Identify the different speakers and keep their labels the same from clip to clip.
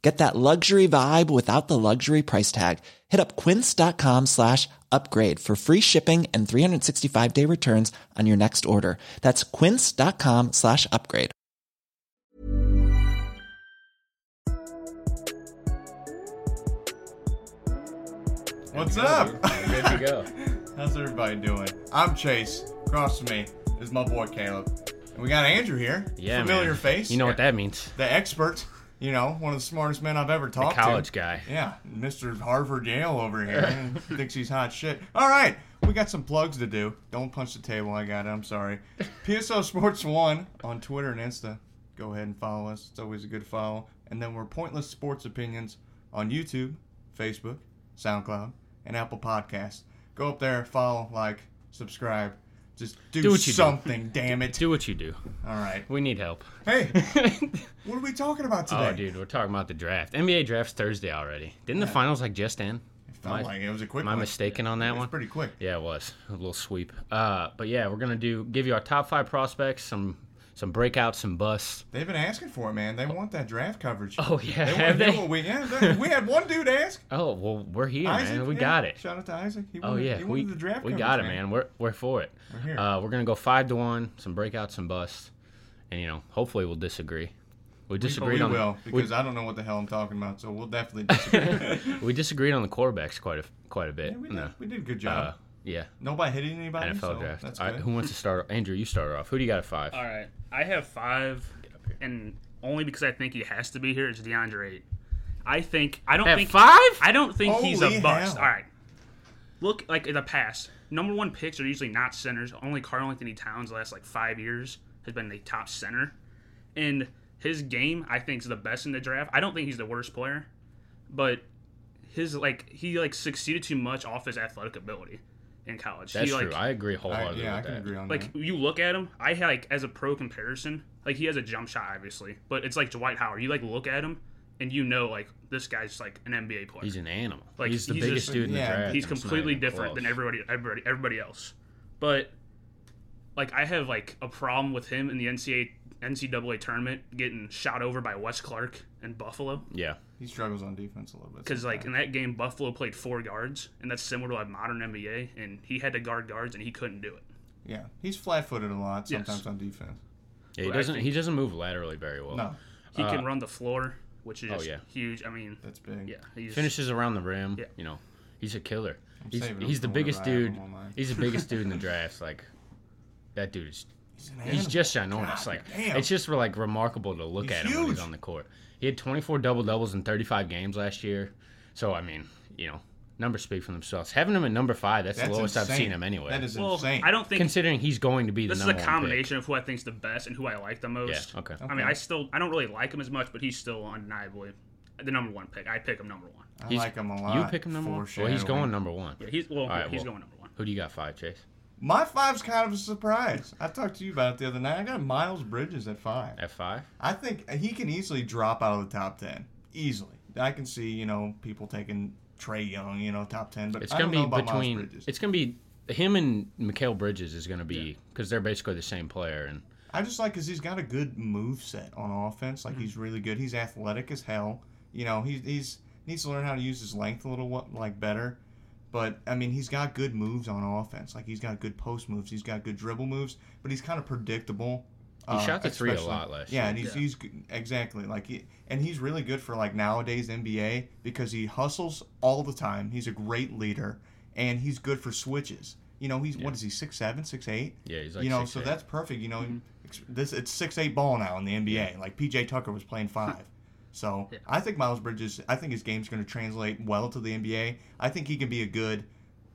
Speaker 1: Get that luxury vibe without the luxury price tag. Hit up quince.com slash upgrade for free shipping and 365-day returns on your next order. That's quince.com slash upgrade.
Speaker 2: What's up?
Speaker 3: Good to go.
Speaker 2: How's everybody doing? I'm Chase. Across from me is my boy Caleb. And we got Andrew here.
Speaker 3: Yeah,
Speaker 2: Familiar
Speaker 3: man.
Speaker 2: face.
Speaker 3: You know what that means?
Speaker 2: The expert. You know, one of the smartest men I've ever talked
Speaker 3: college
Speaker 2: to.
Speaker 3: guy.
Speaker 2: Yeah, Mr. Harvard Yale over here. Thinks he's hot shit. All right, we got some plugs to do. Don't punch the table. I got it. I'm sorry. PSO Sports One on Twitter and Insta. Go ahead and follow us. It's always a good follow. And then we're Pointless Sports Opinions on YouTube, Facebook, SoundCloud, and Apple Podcasts. Go up there, follow, like, subscribe. Just do,
Speaker 3: Do what you do.
Speaker 2: something, damn it.
Speaker 3: Do what you do.
Speaker 2: All right.
Speaker 3: We need help.
Speaker 2: Hey, what are we talking about today?
Speaker 3: Oh, dude, we're talking about the draft. NBA draft's Thursday already. Didn't the finals like just end?
Speaker 2: Felt
Speaker 3: Am I-
Speaker 2: like it was a quick
Speaker 3: Am I
Speaker 2: one.
Speaker 3: mistaken on
Speaker 2: It
Speaker 3: that
Speaker 2: was
Speaker 3: one?
Speaker 2: pretty quick.
Speaker 3: Yeah, it was a little sweep. Uh, but yeah, we're gonna do give you our top five prospects, some some breakouts, some busts.
Speaker 2: They've been asking for it, man. They want that draft coverage.
Speaker 3: Oh, yeah,
Speaker 2: They
Speaker 3: have
Speaker 2: want to hear
Speaker 3: they?
Speaker 2: what we, yeah, they- we had one dude ask.
Speaker 3: Oh well, we're here,
Speaker 2: Isaac,
Speaker 3: man. We
Speaker 2: yeah.
Speaker 3: got it.
Speaker 2: Shout out to Isaac. He
Speaker 3: Oh
Speaker 2: wanted,
Speaker 3: yeah,
Speaker 2: he
Speaker 3: we,
Speaker 2: wanted the draft
Speaker 3: we
Speaker 2: coverage,
Speaker 3: got it, man. We're we're for it.
Speaker 2: We're here.
Speaker 3: Uh, we're gonna go five to one, some breakouts, some busts, and you know, hopefully we'll disagree. We
Speaker 2: But
Speaker 3: disagreed
Speaker 2: we
Speaker 3: on
Speaker 2: will
Speaker 3: we-
Speaker 2: because I don't know what the hell I'm talking about, so we'll definitely disagree.
Speaker 3: We disagreed on the quarterbacks quite a quite a bit.
Speaker 2: we,
Speaker 3: in
Speaker 2: did,
Speaker 3: the,
Speaker 2: we did a good job.
Speaker 3: uh, yeah,
Speaker 2: Nobody hit anybody.
Speaker 3: NFL
Speaker 2: so
Speaker 3: draft.
Speaker 2: That's
Speaker 3: All
Speaker 2: good.
Speaker 3: right, who wants to start? Andrew, you start off. Who do you got at five?
Speaker 4: All right, I have five, and only because I think he has to be here is DeAndre. Ayton. I think I don't
Speaker 3: At
Speaker 4: think
Speaker 3: five?
Speaker 4: I don't think he's
Speaker 2: Holy
Speaker 4: a bust.
Speaker 2: hell.
Speaker 4: All right, look like in the past, number one picks are usually not centers. Only Carl Anthony Towns the last like five years has been the top center, and his game I think is the best in the draft. I don't think he's the worst player, but his like he like succeeded too much off his athletic ability in college.
Speaker 3: That's
Speaker 4: he, like,
Speaker 3: true. I agree
Speaker 2: I,
Speaker 3: wholeheartedly
Speaker 2: yeah, I
Speaker 3: with
Speaker 2: can
Speaker 3: that.
Speaker 2: agree on
Speaker 4: like
Speaker 2: that.
Speaker 3: Mm-hmm.
Speaker 4: you look at him, I had, like as a pro comparison, like he has a jump shot obviously, but it's like Dwight Howard. You like look at him and you know like this guy's like an NBA player.
Speaker 3: He's an animal.
Speaker 4: Like,
Speaker 3: he's the
Speaker 4: he's
Speaker 3: biggest
Speaker 4: just-
Speaker 3: dude in the
Speaker 2: yeah,
Speaker 3: draft.
Speaker 4: He's
Speaker 3: and it's not
Speaker 4: completely
Speaker 3: even
Speaker 4: different than
Speaker 3: close.
Speaker 4: everybody everybody everybody else. But like I have like a problem with him in the NCAA NCAA tournament getting shot over by Wes Clark and Buffalo
Speaker 3: Yeah,
Speaker 2: He struggles on defense a little bit.
Speaker 4: because like in
Speaker 2: sometimes.
Speaker 4: that game Buffalo played four guards and that's similar to like modern NBA and he had to guard guards and he couldn't do it.
Speaker 2: yeah, he's flat-footed a lot
Speaker 4: Yes.
Speaker 2: sometimes on defense.
Speaker 3: yeah. He
Speaker 4: But I
Speaker 3: doesn't.
Speaker 4: think-
Speaker 3: He doesn't move laterally very
Speaker 4: Oh.
Speaker 3: well.
Speaker 2: No,
Speaker 4: He can run the floor, which is
Speaker 3: Uh, oh,
Speaker 4: just
Speaker 3: yeah.
Speaker 4: huge. I mean,
Speaker 2: that's big.
Speaker 4: Yeah, he's
Speaker 3: Finishes around the rim.
Speaker 4: Yeah.
Speaker 3: You know, he's a killer. He's,
Speaker 2: saving him
Speaker 3: he's the
Speaker 2: for whenever
Speaker 3: biggest
Speaker 2: I have him
Speaker 3: dude.
Speaker 2: on mine.
Speaker 3: He's the biggest dude in the draft. Like that dude is.
Speaker 2: He's, an
Speaker 3: He's
Speaker 2: animal.
Speaker 3: just ginormous.
Speaker 2: God
Speaker 3: like
Speaker 2: damn.
Speaker 3: it's just like remarkable to look
Speaker 2: He's
Speaker 3: at him when
Speaker 2: huge.
Speaker 3: he's on the court. He had 24 double doubles in 35 games last year. So I mean, you know, numbers speak for themselves. Having him at number five, that's,
Speaker 2: That's
Speaker 3: the lowest I've
Speaker 2: insane.
Speaker 3: seen him anyway.
Speaker 2: That is
Speaker 4: well,
Speaker 2: insane.
Speaker 4: I don't think
Speaker 3: considering he's going to be the
Speaker 4: this is a
Speaker 3: number one pick.
Speaker 4: combination of who I think's the best and who I like the most.
Speaker 3: Yeah, okay.
Speaker 4: I mean, I still I don't really like him as much, but he's still undeniably the number one pick. I pick him number one.
Speaker 2: I
Speaker 3: He's-
Speaker 2: like him a lot.
Speaker 3: You pick him number one. Well, he's
Speaker 2: Foreshadowing.
Speaker 3: going number one.
Speaker 4: Yeah, he's well,
Speaker 3: All right,
Speaker 4: he's
Speaker 3: well,
Speaker 4: going number one.
Speaker 3: Who do you got five, Chase?
Speaker 2: My five's kind of a surprise. I talked to you about it the other night. I got Miles Bridges at five.
Speaker 3: At five?
Speaker 2: I think he can easily drop out of the top ten. Easily, I can see you know people taking Trey Young, you know, top ten. But
Speaker 3: It's
Speaker 2: I
Speaker 3: gonna
Speaker 2: don't know
Speaker 3: be
Speaker 2: about Miles
Speaker 3: between.
Speaker 2: Bridges.
Speaker 3: It's gonna be him and Mikael Bridges is going to be because they're basically the same player, and
Speaker 2: I just like because he's got a good move set on offense. Like
Speaker 3: Mm.
Speaker 2: he's really good. He's athletic as hell. You know, he's he's needs to learn how to use his length a little wa- like better. But I mean, he's got good moves on offense. Like he's got good post moves. He's got good dribble moves. But he's kind of predictable. uh,
Speaker 3: He shot the three a
Speaker 2: especially-
Speaker 3: lot last
Speaker 2: Yeah,
Speaker 3: year.
Speaker 2: and he's, he's g- exactly like he, and he's really good for like nowadays NBA because he hustles all the time. He's a great leader and he's good for switches. You know, he's what is he six seven, six eight?
Speaker 3: Yeah, he's like
Speaker 2: you know,
Speaker 3: 6'8".
Speaker 2: so that's perfect. You know, ex- this it's six eight ball now in the NBA. Like PJ Tucker was playing five. So I think Miles Bridges, I think his game's going to translate well to the NBA. I think he can be a good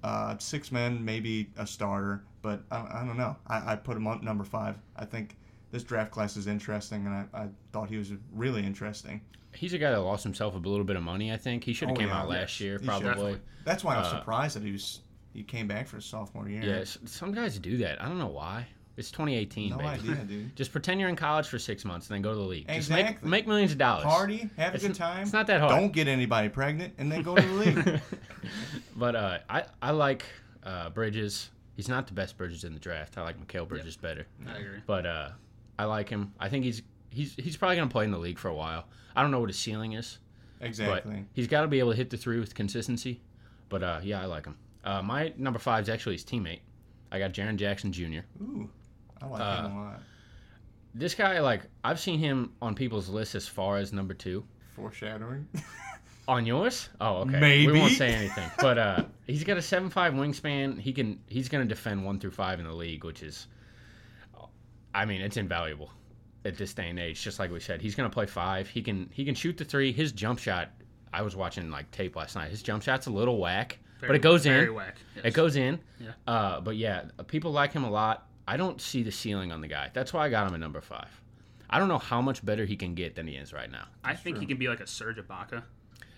Speaker 2: uh, six man, maybe a starter, but I, I don't know. I, I put him on number five. I think this draft class is interesting, and I, I thought he was really interesting.
Speaker 3: he's a guy that lost himself a little bit of money. I think he should have
Speaker 2: Oh,
Speaker 3: came
Speaker 2: yeah.
Speaker 3: out last year
Speaker 2: He should.
Speaker 3: probably.
Speaker 2: That's why I was surprised that he was he came back for his sophomore year.
Speaker 3: Uh, Yeah, s- some guys do that. I don't know why. It's 2018,
Speaker 2: No
Speaker 3: baby.
Speaker 2: idea, dude.
Speaker 3: Just pretend you're in college for six months and then go to the league. Just
Speaker 2: Exactly.
Speaker 3: make, make millions of dollars.
Speaker 2: Party, have a
Speaker 3: It's
Speaker 2: good
Speaker 3: n-
Speaker 2: time.
Speaker 3: it's not that hard.
Speaker 2: Don't get anybody pregnant, and then go to the league.
Speaker 3: But uh, I, I like uh, Bridges. He's not the best Bridges in the draft. I like Mikhail Bridges better.
Speaker 4: I agree.
Speaker 3: But uh, I like him. I think he's he's he's probably gonna play in the league for a while. I don't know what his ceiling is,
Speaker 2: exactly.
Speaker 3: but he's got to be able to hit the three with consistency. But uh, yeah, I like him. Uh, my number five is actually his teammate. I got Jaron Jackson Jr.
Speaker 2: Ooh, I like
Speaker 3: uh,
Speaker 2: him a lot.
Speaker 3: This guy, like, I've seen him on people's lists as far as number two.
Speaker 2: Foreshadowing.
Speaker 3: On yours? Oh, okay.
Speaker 2: Maybe.
Speaker 3: we won't say anything. But uh, he's got a seven-five wingspan. He can. He's going to defend one through five in the league, which is, I mean, it's invaluable at this day and age. Just like we said, he's going to play five. He can. He can shoot the three. His jump shot. I was watching like tape last night. His jump shot's a little whack, but
Speaker 4: Very-
Speaker 3: it goes
Speaker 4: very
Speaker 3: in.
Speaker 4: whack, yes.
Speaker 3: It goes in. Yeah. Uh, but yeah, people like him a lot. I don't see the ceiling on the guy. That's why I got him at number five. I don't know how much better he can get than he is right now.
Speaker 4: I think he can be like a Serge Ibaka.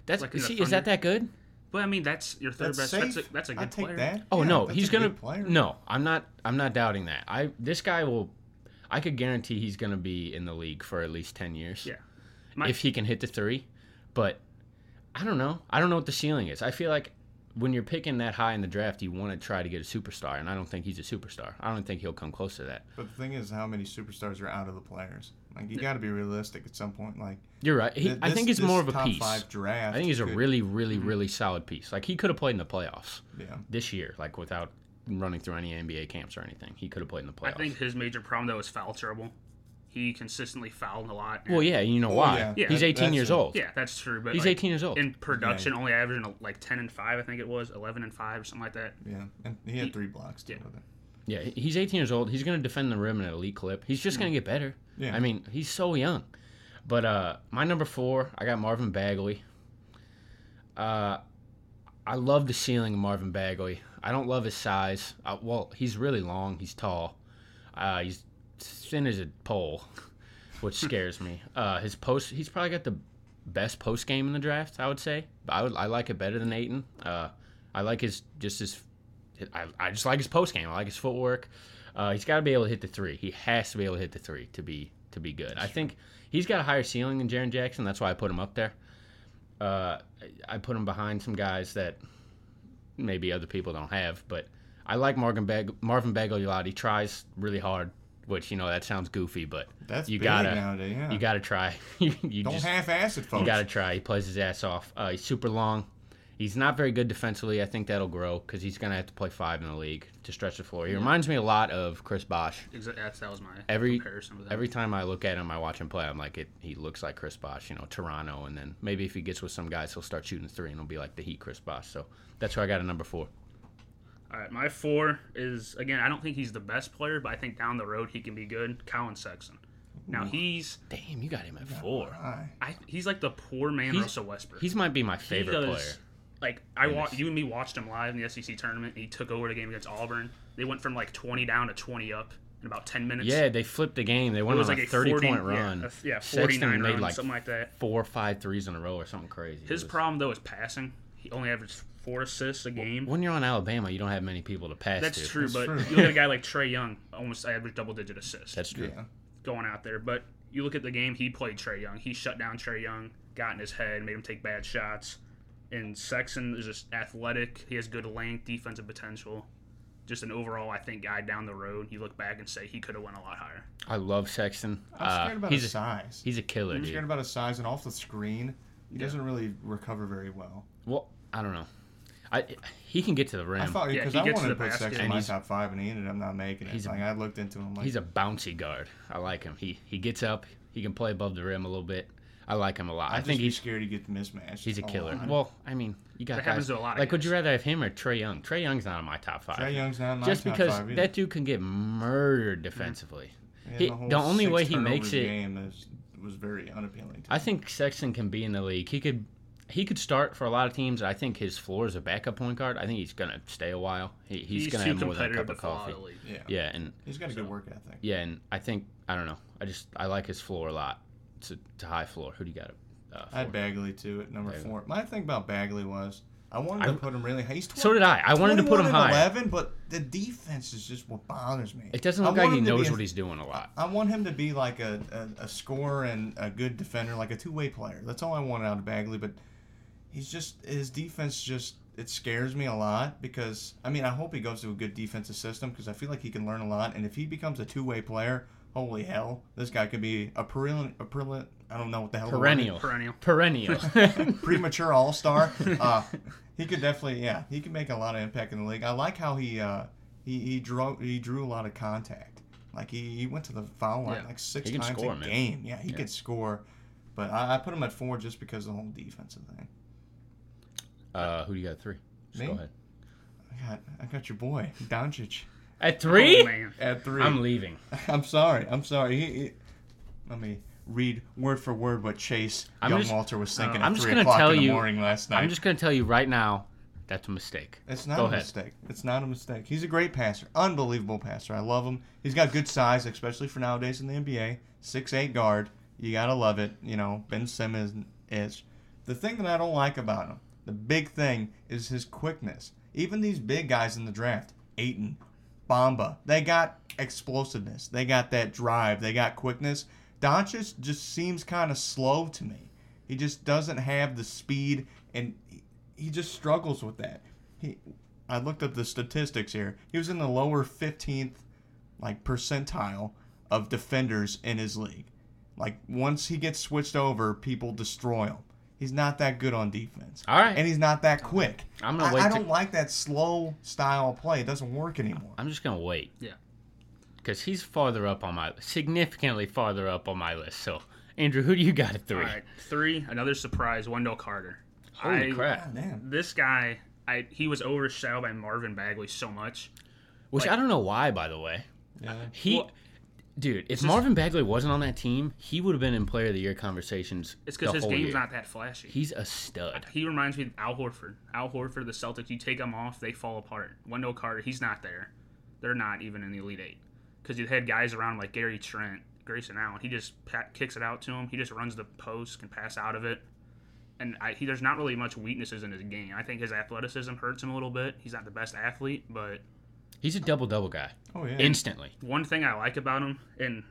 Speaker 3: That's
Speaker 4: Like, is that
Speaker 3: see, is that
Speaker 4: thunder?
Speaker 3: that good?
Speaker 4: But I mean, that's your third
Speaker 2: That's
Speaker 4: best.
Speaker 2: safe.
Speaker 4: That's a, that's a
Speaker 2: I
Speaker 4: good
Speaker 2: take
Speaker 4: player.
Speaker 2: that.
Speaker 3: Oh
Speaker 2: Yeah,
Speaker 3: no,
Speaker 2: that's
Speaker 3: he's
Speaker 2: a
Speaker 3: gonna.
Speaker 2: good player.
Speaker 3: No, I'm not. I'm not doubting that. I this guy will. I could guarantee he's gonna be in the league for at least ten years.
Speaker 4: Yeah. My-
Speaker 3: if he can hit the three, but I don't know. I don't know what the ceiling is. I feel like when you're picking that high in the draft, you want to try to get a superstar, and I don't think he's a superstar. I don't think he'll come close to that.
Speaker 2: But the thing is, how many superstars are out of the players? Like you got to be realistic at some point. Like
Speaker 3: You're right. He,
Speaker 2: th-
Speaker 3: I
Speaker 2: this-
Speaker 3: think he's
Speaker 2: this
Speaker 3: more of a
Speaker 2: top
Speaker 3: piece.
Speaker 2: Five draft.
Speaker 3: I think he's a
Speaker 2: could- Mm-hmm.
Speaker 3: really, really, really solid piece. Like he could have played in the playoffs
Speaker 2: yeah.
Speaker 3: this year, like without running through any NBA camps or anything. He could have played in the
Speaker 4: I
Speaker 3: playoffs.
Speaker 4: think his major problem though is foul trouble. He consistently fouled a lot.
Speaker 3: Well, yeah, you know
Speaker 2: Oh,
Speaker 3: why?
Speaker 2: yeah.
Speaker 4: Yeah.
Speaker 3: He's
Speaker 4: That-
Speaker 3: 18
Speaker 2: that's
Speaker 3: years
Speaker 2: it.
Speaker 3: old.
Speaker 4: Yeah, that's true. But
Speaker 3: He's
Speaker 4: like,
Speaker 3: 18 years old.
Speaker 4: In production, only averaging like ten and five, I think it was eleven and five or something like that.
Speaker 2: Yeah, and he had three blocks. Yeah. With it.
Speaker 3: Yeah, he's 18 years old. He's going to defend the rim in an elite clip. He's just going to get better.
Speaker 2: Yeah.
Speaker 3: I mean, he's so young. But uh, my number four, I got Marvin Bagley. Uh, I love the ceiling of Marvin Bagley. I don't love his size. Uh, well, he's really long. He's tall. Uh, he's thin as a pole, which scares me. Uh, his post, he's probably got the best post game in the draft. I would say. I would, I like it better than Aiton. Uh, I like his just his. I, I just like his post game. I like his footwork. Uh, he's got to be able to hit the three. He has to be able to hit the three to be to be good. I think he's got a higher ceiling than Jaron Jackson. That's why I put him up there. Uh, I- I put him behind some guys that maybe other people don't have, but I like Marvin Bag- Marvin Bagley a lot. He tries really hard, which you know that sounds goofy, but
Speaker 2: That's
Speaker 3: you
Speaker 2: big
Speaker 3: gotta
Speaker 2: nowadays, yeah.
Speaker 3: you gotta try. you you
Speaker 2: Don't
Speaker 3: just
Speaker 2: half-ass it, folks.
Speaker 3: you gotta try. He plays his ass off. Uh, he's super long. He's not very good defensively. I think that'll grow because he's gonna have to play five in the league to stretch the floor. He reminds me a lot of Chris Bosh.
Speaker 4: Exa- that's, that was my
Speaker 3: Every
Speaker 4: comparison with him.
Speaker 3: every time I look at him, I watch him play. I'm like, it, he looks like Chris Bosh, you know, Toronto, and then maybe if he gets with some guys, he'll start shooting three, and he'll be like the Heat Chris Bosh. So that's where I got a number four.
Speaker 4: All right, my four is again. I don't think he's the best player, but I think down the road he can be good. Colin Sexton. Now he's
Speaker 3: Damn, you got him at four.
Speaker 4: I, he's like the poor man
Speaker 3: He's-
Speaker 4: Russell Westbrook.
Speaker 3: He's might be my
Speaker 4: He
Speaker 3: favorite
Speaker 4: does-
Speaker 3: player.
Speaker 4: Like I wa- you and me watched him live in the SEC tournament. And he took over the game against Auburn. They went from like twenty down to twenty up in about ten minutes.
Speaker 3: Yeah, they flipped the game. They
Speaker 4: it
Speaker 3: went
Speaker 4: was
Speaker 3: on
Speaker 4: like
Speaker 3: a
Speaker 4: a
Speaker 3: 30
Speaker 4: 40,
Speaker 3: point
Speaker 4: yeah,
Speaker 3: run.
Speaker 4: a- yeah,
Speaker 3: Sexton
Speaker 4: forty nine
Speaker 3: made
Speaker 4: run,
Speaker 3: like
Speaker 4: something like that.
Speaker 3: four or five threes in a row or something crazy. It
Speaker 4: His
Speaker 3: was-
Speaker 4: problem though is passing. He only averaged four assists a game.
Speaker 3: when you're on Alabama, you don't have many people to pass
Speaker 4: Mm-hmm. That's
Speaker 3: to.
Speaker 4: true, but you look at a guy like Trey Young, almost averaged double digit assists.
Speaker 3: That's true.
Speaker 4: going out there. But you look at the game, he played Trey Young. He shut down Trey Young, got in his head, made him take bad shots. And Sexton is just athletic. He has good length, defensive potential. just an overall, I think, guy down the road. You look back and say he could have went a lot higher.
Speaker 3: I love Sexton.
Speaker 2: I'm scared
Speaker 3: Uh,
Speaker 2: about
Speaker 3: he's
Speaker 2: his
Speaker 3: a,
Speaker 2: size.
Speaker 3: He's a killer,
Speaker 2: I'm scared
Speaker 3: dude.
Speaker 2: about his size and off the screen. He doesn't really recover very well.
Speaker 3: Well, I don't know. I he can get to the
Speaker 2: I
Speaker 3: rim.
Speaker 2: thought
Speaker 4: Yeah,
Speaker 2: because
Speaker 4: he
Speaker 2: I
Speaker 4: gets to
Speaker 2: wanted to
Speaker 4: the
Speaker 2: put
Speaker 4: basket.
Speaker 2: Sexton in
Speaker 4: And
Speaker 2: my
Speaker 3: he's-
Speaker 2: top five, and he ended up not making it.
Speaker 3: he's a-
Speaker 2: Like I looked into him, like
Speaker 3: He's a bouncy guard. I like him. He he gets up. He can play above the rim a little bit. I like him a lot.
Speaker 2: I'd
Speaker 3: I
Speaker 2: just
Speaker 3: think
Speaker 2: be
Speaker 3: he's
Speaker 2: scared he get mismatched.
Speaker 3: he's a killer.
Speaker 2: lot.
Speaker 3: Well, I mean, you got
Speaker 4: That
Speaker 3: guys,
Speaker 4: happens to a lot of
Speaker 3: Like, would
Speaker 4: guys.
Speaker 3: you rather have him or Trey Young? Trey Young's not in my top five.
Speaker 2: Trae Young's not in my
Speaker 3: just
Speaker 2: top
Speaker 3: because
Speaker 2: five either.
Speaker 3: that dude can get murdered defensively.
Speaker 2: And
Speaker 3: He- the,
Speaker 2: whole
Speaker 3: only
Speaker 2: six
Speaker 3: way he
Speaker 2: turnover
Speaker 3: makes it,
Speaker 2: game is, was very unappealing. To
Speaker 3: I think Sexton can be in the league. He could he could start for a lot of teams. I think his floor is a backup point guard. I think he's gonna stay a while. He, he's, gonna have more than a cup of
Speaker 4: fall out
Speaker 3: coffee.
Speaker 4: the league.
Speaker 2: me. yeah.
Speaker 3: Yeah, and
Speaker 2: he's got a good work ethic.
Speaker 3: yeah, and I think I don't know. I just I like his floor a lot. It's a, it's a high floor. Who do you got? Uh,
Speaker 2: I had Bagley too at number four. My thing about Bagley was I wanted to put him really high. He's 20,
Speaker 3: So did I. I wanted to put
Speaker 2: 21
Speaker 3: him
Speaker 2: and
Speaker 3: high.
Speaker 2: Eleven, but the defense is just what bothers me.
Speaker 3: It doesn't
Speaker 2: I
Speaker 3: look like
Speaker 2: want
Speaker 3: he
Speaker 2: him to be
Speaker 3: knows
Speaker 2: a-
Speaker 3: what he's doing a lot.
Speaker 2: I want him to be like a, a, a scorer and a good defender, like a two way player. That's all I want out of Bagley. But he's just his defense just it scares me a lot because I mean I hope he goes to a good defensive system because I feel like he can learn a lot. And if he becomes a two way player, holy hell, this guy could be a perennial, a perennial I don't know what the hell the word is
Speaker 3: Perennial.
Speaker 4: Perennial.
Speaker 3: Perennial.
Speaker 2: premature all star. Uh, he could definitely, yeah, he could make a lot of impact in the league. I like how he uh, he, he drew he drew a lot of contact. Like he, he went to the foul line
Speaker 4: Yeah.
Speaker 2: like six
Speaker 3: He can
Speaker 2: times
Speaker 3: score,
Speaker 2: a
Speaker 3: man.
Speaker 2: game. Yeah, he could score. But I, I put him at four just because of the whole defensive thing.
Speaker 3: uh, who do you got at three? Just
Speaker 2: Me?
Speaker 3: Go ahead.
Speaker 2: I got I got your boy Doncic
Speaker 3: At three?
Speaker 4: Oh, man.
Speaker 2: at 3
Speaker 3: I'm leaving.
Speaker 2: I'm sorry. I'm sorry. He, he- let me read word for word what Chase
Speaker 3: I'm
Speaker 2: Young
Speaker 3: just-
Speaker 2: Walter was thinking
Speaker 3: I'm
Speaker 2: at
Speaker 3: just
Speaker 2: three
Speaker 3: gonna
Speaker 2: o'clock
Speaker 3: tell
Speaker 2: in the
Speaker 3: you-
Speaker 2: morning last night.
Speaker 3: I'm just gonna tell you right now, that's a mistake.
Speaker 2: It's not
Speaker 3: Go
Speaker 2: a
Speaker 3: ahead.
Speaker 2: mistake. It's not a mistake. He's a great passer, unbelievable passer. I love him. He's got good size, especially for nowadays in the NBA. Six eight guard, you gotta love it. You know, Ben Simmons is. The thing that I don't like about him, the big thing, is his quickness. Even these big guys in the draft, Aiton, Bamba, they got explosiveness. They got that drive. They got quickness. Doncic just seems kind of slow to me. He just doesn't have the speed, and he- he just struggles with that. He, I looked up the statistics here. He was in the lower 15th, like percentile of defenders in his league. Like once he gets switched over, people destroy him. He's not that good on defense.
Speaker 3: All right.
Speaker 2: and he's not that quick.
Speaker 3: I'm gonna
Speaker 2: I-
Speaker 3: wait
Speaker 2: I
Speaker 3: to-
Speaker 2: don't like that slow style of play. It doesn't work anymore.
Speaker 3: I'm just gonna wait
Speaker 4: Yeah.
Speaker 3: because he's farther up on my significantly farther up on my list. So, Andrew, who do you got at three?
Speaker 4: All right, three. Another surprise. Wendell Carter.
Speaker 3: Holy
Speaker 4: I-
Speaker 3: crap!
Speaker 2: Damn.
Speaker 4: This guy, I he was overshadowed by Marvin Bagley so much.
Speaker 3: Which I don't know why, by the way. He, dude, if Marvin Bagley wasn't on that team, he would have been in Player of the Year conversations.
Speaker 4: It's because
Speaker 3: the
Speaker 4: his
Speaker 3: whole
Speaker 4: game's
Speaker 3: year.
Speaker 4: not that flashy.
Speaker 3: He's a stud.
Speaker 4: he reminds me of Al Horford. Al Horford, the Celtics, you take him off, they fall apart. Wendell Carter, he's not there. They're not even in the Elite Eight. Because you had guys around like Gary Trent, Grayson Allen. He just pa- kicks it out to him. He just runs the post, can pass out of it. And I, he, there's not really much weaknesses in his game. I think his athleticism hurts him a little bit. He's not the best athlete, but
Speaker 3: He's a double double guy.
Speaker 2: Oh yeah.
Speaker 3: Instantly.
Speaker 4: one thing I like about him, and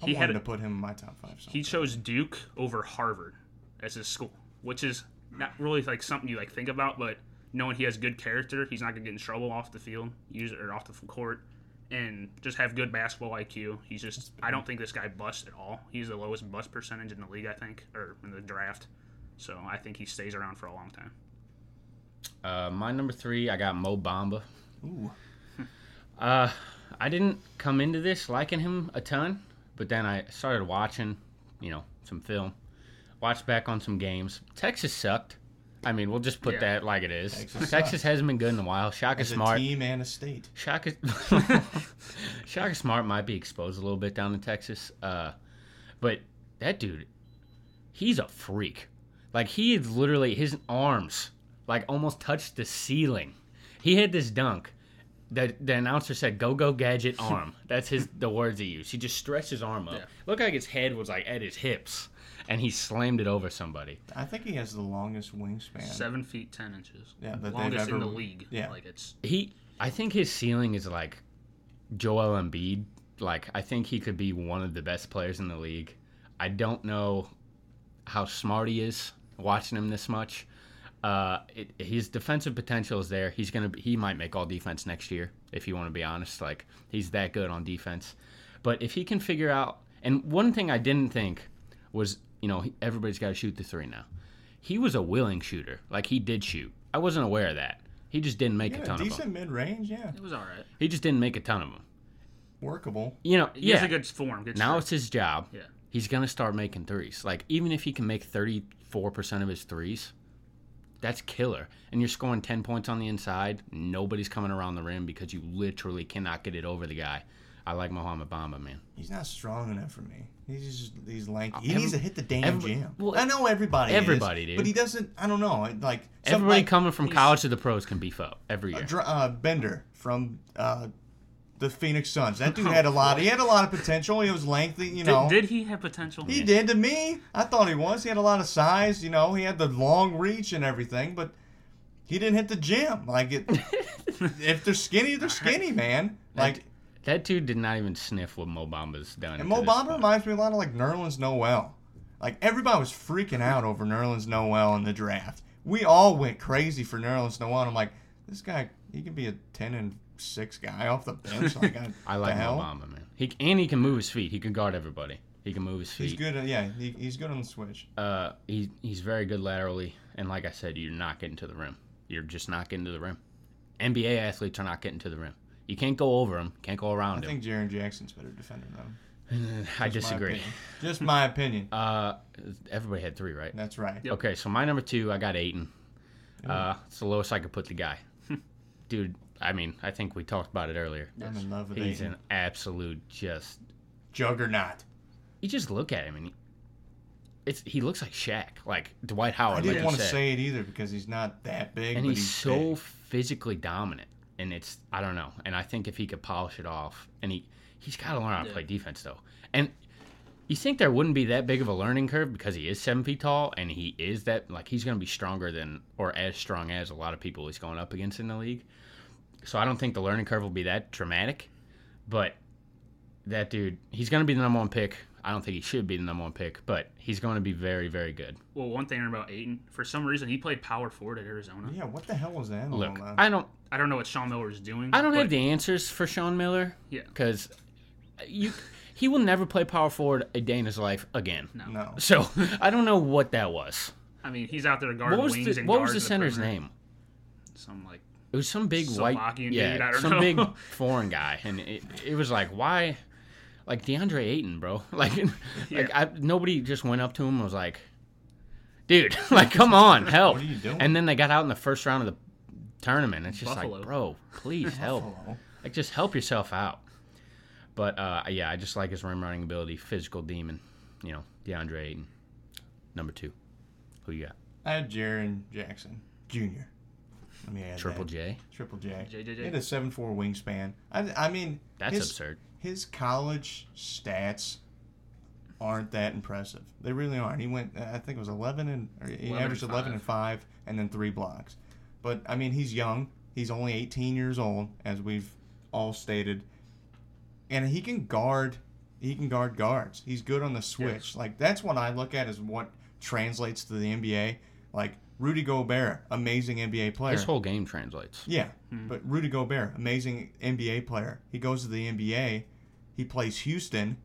Speaker 2: I
Speaker 4: he had
Speaker 2: wanted
Speaker 4: a-
Speaker 2: to put him in my top five. So.
Speaker 4: he chose Duke over Harvard as his school, which is not really like something you like think about, but knowing he has good character, he's not gonna get in trouble off the field, use or off the f- court, and just have good basketball IQ. He's just I don't think this guy busts at all. He's the lowest bust percentage in the league, I think, or in the draft. So I think he stays around for a long time.
Speaker 3: Uh, my number three, I got Mo Bamba.
Speaker 2: Ooh.
Speaker 3: Uh, I didn't come into this liking him a ton, but then I started watching, you know, some film, watched back on some games. Texas sucked. I mean, we'll just put that like it is. Texas, hasn't been good in a while. Shaka
Speaker 2: As a
Speaker 3: Smart.
Speaker 2: team and a state.
Speaker 3: Shaka, Shaka Smart might be exposed a little bit down in Texas, uh, but that dude, he's a freak. Like he is literally his arms like almost touched the ceiling. He had this dunk. The, the announcer said "Go Go Gadget arm." That's his the words he used. He just stretched his arm up. Looked like his head was like at his hips, and he slammed it over somebody.
Speaker 2: I think he has the longest wingspan.
Speaker 4: Seven feet ten inches.
Speaker 2: Yeah, that they've
Speaker 4: longest in
Speaker 2: ever-
Speaker 4: the league.
Speaker 2: yeah.
Speaker 4: like it's
Speaker 3: He, I think his ceiling is like Joel Embiid. Like I think he could be one of the best players in the league. I don't know how smart he is watching him this much. Uh, it, his defensive potential is there. He's gonna be, he might make all defense next year if you want to be honest. Like he's that good on defense. But if he can figure out, and one thing I didn't think was you know he- everybody's got to shoot the three now. He was a willing shooter. Like he did shoot. I wasn't aware of that. He just didn't make a
Speaker 2: Yeah,
Speaker 3: ton of them.
Speaker 2: decent mid range. Yeah,
Speaker 4: It was all right.
Speaker 3: He just didn't make a ton of them.
Speaker 2: workable.
Speaker 3: You know,
Speaker 4: He
Speaker 3: yeah.
Speaker 4: has a good form. Good
Speaker 3: Now
Speaker 4: now
Speaker 3: it's his job.
Speaker 4: Yeah.
Speaker 3: He's gonna start making threes. Like even if he can make thirty four percent of his threes, that's killer. And you're scoring ten points on the inside. Nobody's coming around the rim because you literally cannot get it over the guy. I like Mohamed Bamba, man.
Speaker 2: He's not strong enough for me. He's just he's lanky. He
Speaker 3: Uh, Every-
Speaker 2: needs to hit the damn
Speaker 3: every-
Speaker 2: gym.
Speaker 3: well,
Speaker 2: I know everybody.
Speaker 3: everybody,
Speaker 2: is,
Speaker 3: dude.
Speaker 2: But he doesn't. I don't know. it- Like some-
Speaker 3: Everybody
Speaker 2: like,
Speaker 3: coming from college to the pros can beef up every year.
Speaker 2: Dr- uh, Bender from uh, the Phoenix Suns. That
Speaker 3: Oh,
Speaker 2: dude had a lot. He had a lot of potential. He was lengthy. You know.
Speaker 4: did, did he have potential?
Speaker 2: He did to me. I thought he was. He had a lot of size, you know. He had the long reach and everything, but he didn't hit the gym. Like it, if they're skinny, they're skinny, man. Like
Speaker 3: That dude did not even sniff what Mo Bamba's done.
Speaker 2: and
Speaker 3: to
Speaker 2: Mo
Speaker 3: this
Speaker 2: Bamba
Speaker 3: point.
Speaker 2: reminds me a lot of like Nerlens Noel. Like everybody was freaking out over Nerlens Noel in the draft. We all went crazy for Nerlens Noel. And I'm like, this guy, he can be a ten and six guy off the bench. Like I,
Speaker 3: I like
Speaker 2: the
Speaker 3: Mo
Speaker 2: hell?
Speaker 3: Bamba, man. He and he can move his feet. He can guard everybody. He can move his feet.
Speaker 2: He's good. At, yeah, he, he's good on the switch.
Speaker 3: Uh, he he's very good laterally, and like I said, you're not getting to the rim. You're just not getting to the rim. NBA athletes are not getting to the rim. You can't go over him. Can't go
Speaker 2: I
Speaker 3: around him.
Speaker 2: think Jaron Jackson's better defender than him.
Speaker 3: I
Speaker 2: Just my
Speaker 3: disagree.
Speaker 2: opinion. Just my opinion.
Speaker 3: Uh, everybody had three, right?
Speaker 2: That's right.
Speaker 3: Okay, so my number two, I got Aiton. Uh, it's the lowest I could put the guy. Dude, I mean, I think we talked about it earlier.
Speaker 2: I'm in love with
Speaker 3: He's
Speaker 2: Aiton.
Speaker 3: an absolute just.
Speaker 2: Juggernaut.
Speaker 3: You just look at him and. He, it's, he looks like Shaq, like Dwight Howard.
Speaker 2: I
Speaker 3: like
Speaker 2: didn't
Speaker 3: you
Speaker 2: want to
Speaker 3: said.
Speaker 2: say it either because he's not that big,
Speaker 3: and
Speaker 2: but
Speaker 3: he's,
Speaker 2: he's,
Speaker 3: so
Speaker 2: big.
Speaker 3: physically dominant and it's i don't know and i think if he could polish it off and he he's got to learn how to play defense though and you think there wouldn't be that big of a learning curve because he is seven feet tall and he is that like he's going to be stronger than or as strong as a lot of people he's going up against in the league so i don't think the learning curve will be that dramatic but that dude he's going to be the number one pick i don't think he should be the number one pick but he's going to be very very good
Speaker 4: Well, one thing about Aiton, for some reason, he played power forward at Arizona.
Speaker 2: Yeah, what the hell was that? all
Speaker 3: look
Speaker 2: about?
Speaker 3: i don't
Speaker 4: I don't know what Sean Miller is doing.
Speaker 3: I don't
Speaker 4: but
Speaker 3: have the answers for Sean Miller.
Speaker 4: Yeah.
Speaker 3: Because you, he will never play power forward a day in his life again.
Speaker 2: no.
Speaker 3: So I don't know what that was.
Speaker 4: I mean, he's out there guarding
Speaker 3: What was
Speaker 4: wings
Speaker 3: the
Speaker 4: and
Speaker 3: what was the
Speaker 4: guards in
Speaker 3: center's
Speaker 4: perimeter.
Speaker 3: name?
Speaker 4: Some like
Speaker 3: It was some big white,
Speaker 4: Slovakian
Speaker 3: yeah,
Speaker 4: dude, I don't
Speaker 3: some
Speaker 4: know.
Speaker 3: big foreign guy, and it, it was like why, like DeAndre Ayton, bro. Like,
Speaker 4: Yeah.
Speaker 3: like I, nobody just went up to him and was like, dude, like come on, help.
Speaker 2: What are you doing?
Speaker 3: And then they got out in the first round of the tournament. It's just
Speaker 4: Buffalo.
Speaker 3: like, bro, please help. Like just help yourself out. But uh, yeah, I just like his rim running ability, physical demon. You know, DeAndre Ayton, number two. Who you got?
Speaker 2: I had Jaron Jackson Jr. Let me add
Speaker 3: Triple
Speaker 2: that.
Speaker 3: J.
Speaker 2: Triple J.
Speaker 4: JJJ.
Speaker 2: He had a seven four wingspan. I, I mean,
Speaker 3: That's
Speaker 2: his-
Speaker 3: absurd.
Speaker 2: His college stats aren't that impressive. They really aren't. He went, I think it was eleven and or he
Speaker 4: 11 and
Speaker 2: averaged eleven
Speaker 4: five.
Speaker 2: and five, and then three blocks. But I mean, he's young. He's only eighteen years old, as we've all stated, and he can guard. He can guard guards. He's good on the switch. Like that's what I look at is what translates to the NBA. Like Rudy Gobert, amazing NBA player.
Speaker 3: This whole game translates.
Speaker 2: Yeah,
Speaker 4: Hmm.
Speaker 2: but Rudy Gobert, amazing NBA player. He goes to the NBA. He plays Houston.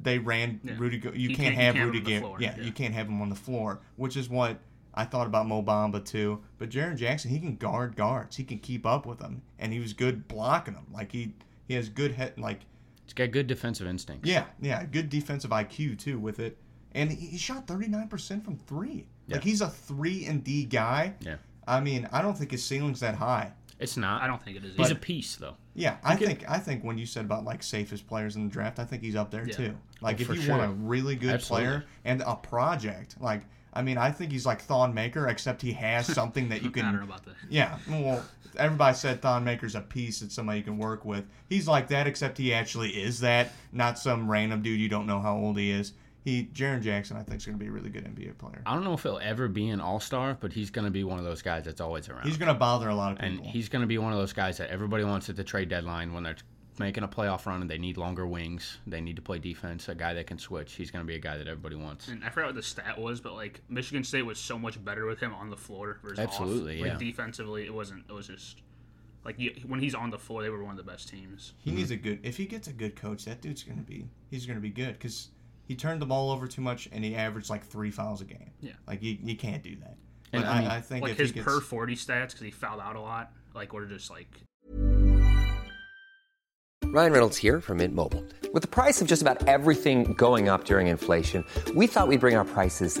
Speaker 2: They ran
Speaker 4: Yeah.
Speaker 2: Rudy. Go- you,
Speaker 4: You
Speaker 2: can't,
Speaker 4: can't- you
Speaker 2: have
Speaker 4: can't have
Speaker 2: Rudy.
Speaker 4: him on the
Speaker 2: Ga-
Speaker 4: floor.
Speaker 2: Yeah,
Speaker 4: Yeah.
Speaker 2: you can't have him on the floor, which is what I thought about Mo Bamba too. But Jaron Jackson, he can guard guards. He can keep up with them, and he was good blocking them. Like he he has good head. Like
Speaker 3: It's got good defensive instincts.
Speaker 2: yeah, yeah, good defensive IQ too with it. And he, he shot thirty nine percent from three.
Speaker 3: Yeah.
Speaker 2: Like he's a three and D guy.
Speaker 3: Yeah.
Speaker 2: I mean, I don't think his ceiling's that high.
Speaker 3: It's not.
Speaker 4: I don't think it is.
Speaker 3: He's
Speaker 4: either.
Speaker 3: a piece though.
Speaker 2: Yeah, I think I think when you said about like safest players in the draft, I think he's up there too. Like
Speaker 3: Oh,
Speaker 2: if
Speaker 3: for
Speaker 2: you want a
Speaker 3: sure.
Speaker 2: really good
Speaker 3: Absolutely.
Speaker 2: player and a project, like I mean, I think he's like Thon Maker, except he has something that you
Speaker 4: I don't know
Speaker 2: can.
Speaker 4: about that.
Speaker 2: Yeah, well, everybody said Thon Maker's a piece that somebody you can work with. He's like that, except he actually is that, not some random dude you don't know how old he is. He Jaron Jackson, I think, is going to be a really good NBA player.
Speaker 3: I don't know if he'll ever be an all star, but he's going to be one of those guys that's always around.
Speaker 2: He's going to bother a lot of
Speaker 3: and
Speaker 2: people.
Speaker 3: he's going to be one of those guys that everybody wants at the trade deadline when they're making a playoff run and they need longer wings. They need to play defense. A guy that can switch. He's going to be a guy that everybody wants.
Speaker 4: And I forgot what the stat was, but like Michigan State was so much better with him on the floor versus off.
Speaker 3: Absolutely, yeah.
Speaker 4: Like defensively, it wasn't. It was just like you, when he's on the floor, they were one of the best teams.
Speaker 2: He needs a good. If he gets a good coach, that dude's gonna be. He's gonna be good because he turned the ball over too much and he averaged like three fouls a game.
Speaker 4: Yeah.
Speaker 2: like you, you can't do that.
Speaker 3: And
Speaker 2: But
Speaker 3: I mean,
Speaker 2: I, I think
Speaker 4: Like
Speaker 2: if he
Speaker 4: his
Speaker 2: gets,
Speaker 4: per forty stats because he fouled out a lot. Like were just like
Speaker 5: Ryan Reynolds here from Mint Mobile. With the price of just about everything going up during inflation, we thought we'd bring our prices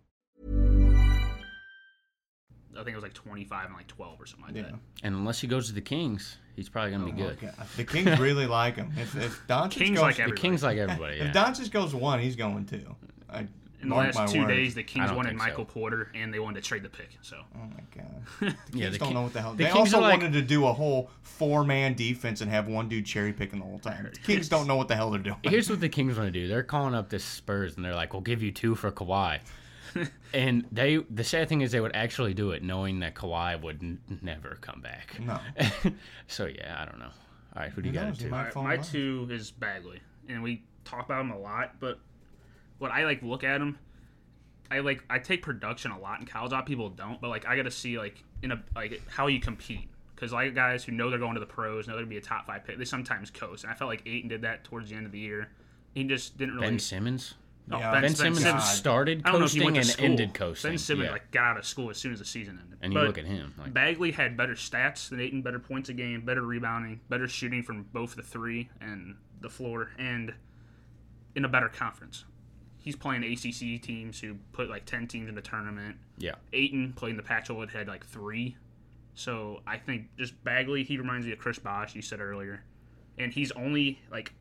Speaker 4: I think it was like twenty five and like twelve or something like
Speaker 2: Yeah.
Speaker 4: that.
Speaker 3: And unless he goes to the Kings, he's probably going to be good.
Speaker 2: Oh, Okay. uh, The Kings really like him. If, if Doncic
Speaker 4: Kings
Speaker 2: goes,
Speaker 4: like
Speaker 3: The
Speaker 4: everybody.
Speaker 3: Kings like everybody.
Speaker 2: if
Speaker 3: Yeah.
Speaker 2: Doncic goes one, he's going two. I
Speaker 4: In the
Speaker 2: mark my
Speaker 4: last two
Speaker 2: words.
Speaker 4: days, the
Speaker 3: I
Speaker 4: Kings
Speaker 3: don't
Speaker 4: wanted
Speaker 3: think so.
Speaker 4: Michael Porter and they wanted to trade the pick. So
Speaker 2: Oh my god. The Kings
Speaker 3: Yeah, the
Speaker 2: don't
Speaker 3: Ki-
Speaker 2: know what the hell.
Speaker 3: the
Speaker 2: they
Speaker 3: Kings
Speaker 2: also
Speaker 3: are like-
Speaker 2: wanted to do a whole four-man defense and have one dude cherry picking the whole time. The Kings don't know what the hell they're doing.
Speaker 3: Here's what the Kings want to do. They're calling up the Spurs and they're like, "We'll give you two for Kawhi." and they, the sad thing is, they would actually do it, knowing that Kawhi would n- never come back.
Speaker 2: no.
Speaker 3: so yeah, I don't know. All right, who do you
Speaker 2: Who
Speaker 3: got
Speaker 2: knows?
Speaker 3: at
Speaker 2: He
Speaker 3: two?
Speaker 2: might
Speaker 4: Alright,
Speaker 2: fall
Speaker 4: my
Speaker 2: in love.
Speaker 4: two is Bagley, and we talk about him a lot. But when I like look at him, I like I take production a lot in college. A lot of people don't, but like I got to see like in a like how you compete because like guys who know they're going to the pros, know they're gonna be a top five pick, they sometimes coast. And I felt like Aiton did that towards the end of the year. He just didn't really.
Speaker 3: Ben Simmons.
Speaker 4: No,
Speaker 2: Yeah,
Speaker 3: Ben Simmons
Speaker 2: God.
Speaker 3: started
Speaker 4: I don't know if he
Speaker 3: coasting
Speaker 4: went to
Speaker 3: and
Speaker 4: school.
Speaker 3: ended coasting.
Speaker 4: Ben Simmons
Speaker 3: yeah.
Speaker 4: like got out of school as soon as the season ended.
Speaker 3: and you
Speaker 4: But-
Speaker 3: look at him. Like,
Speaker 4: Bagley had better stats than Aiton, better points a game, better rebounding, better shooting from both the three and the floor, and in a better conference. He's playing ACC teams who put like 10 teams in the tournament.
Speaker 3: yeah,
Speaker 4: Aiton playing the Pac 12 had like three. So I think just Bagley, he reminds me of Chris Bosh, you said earlier. And he's only like,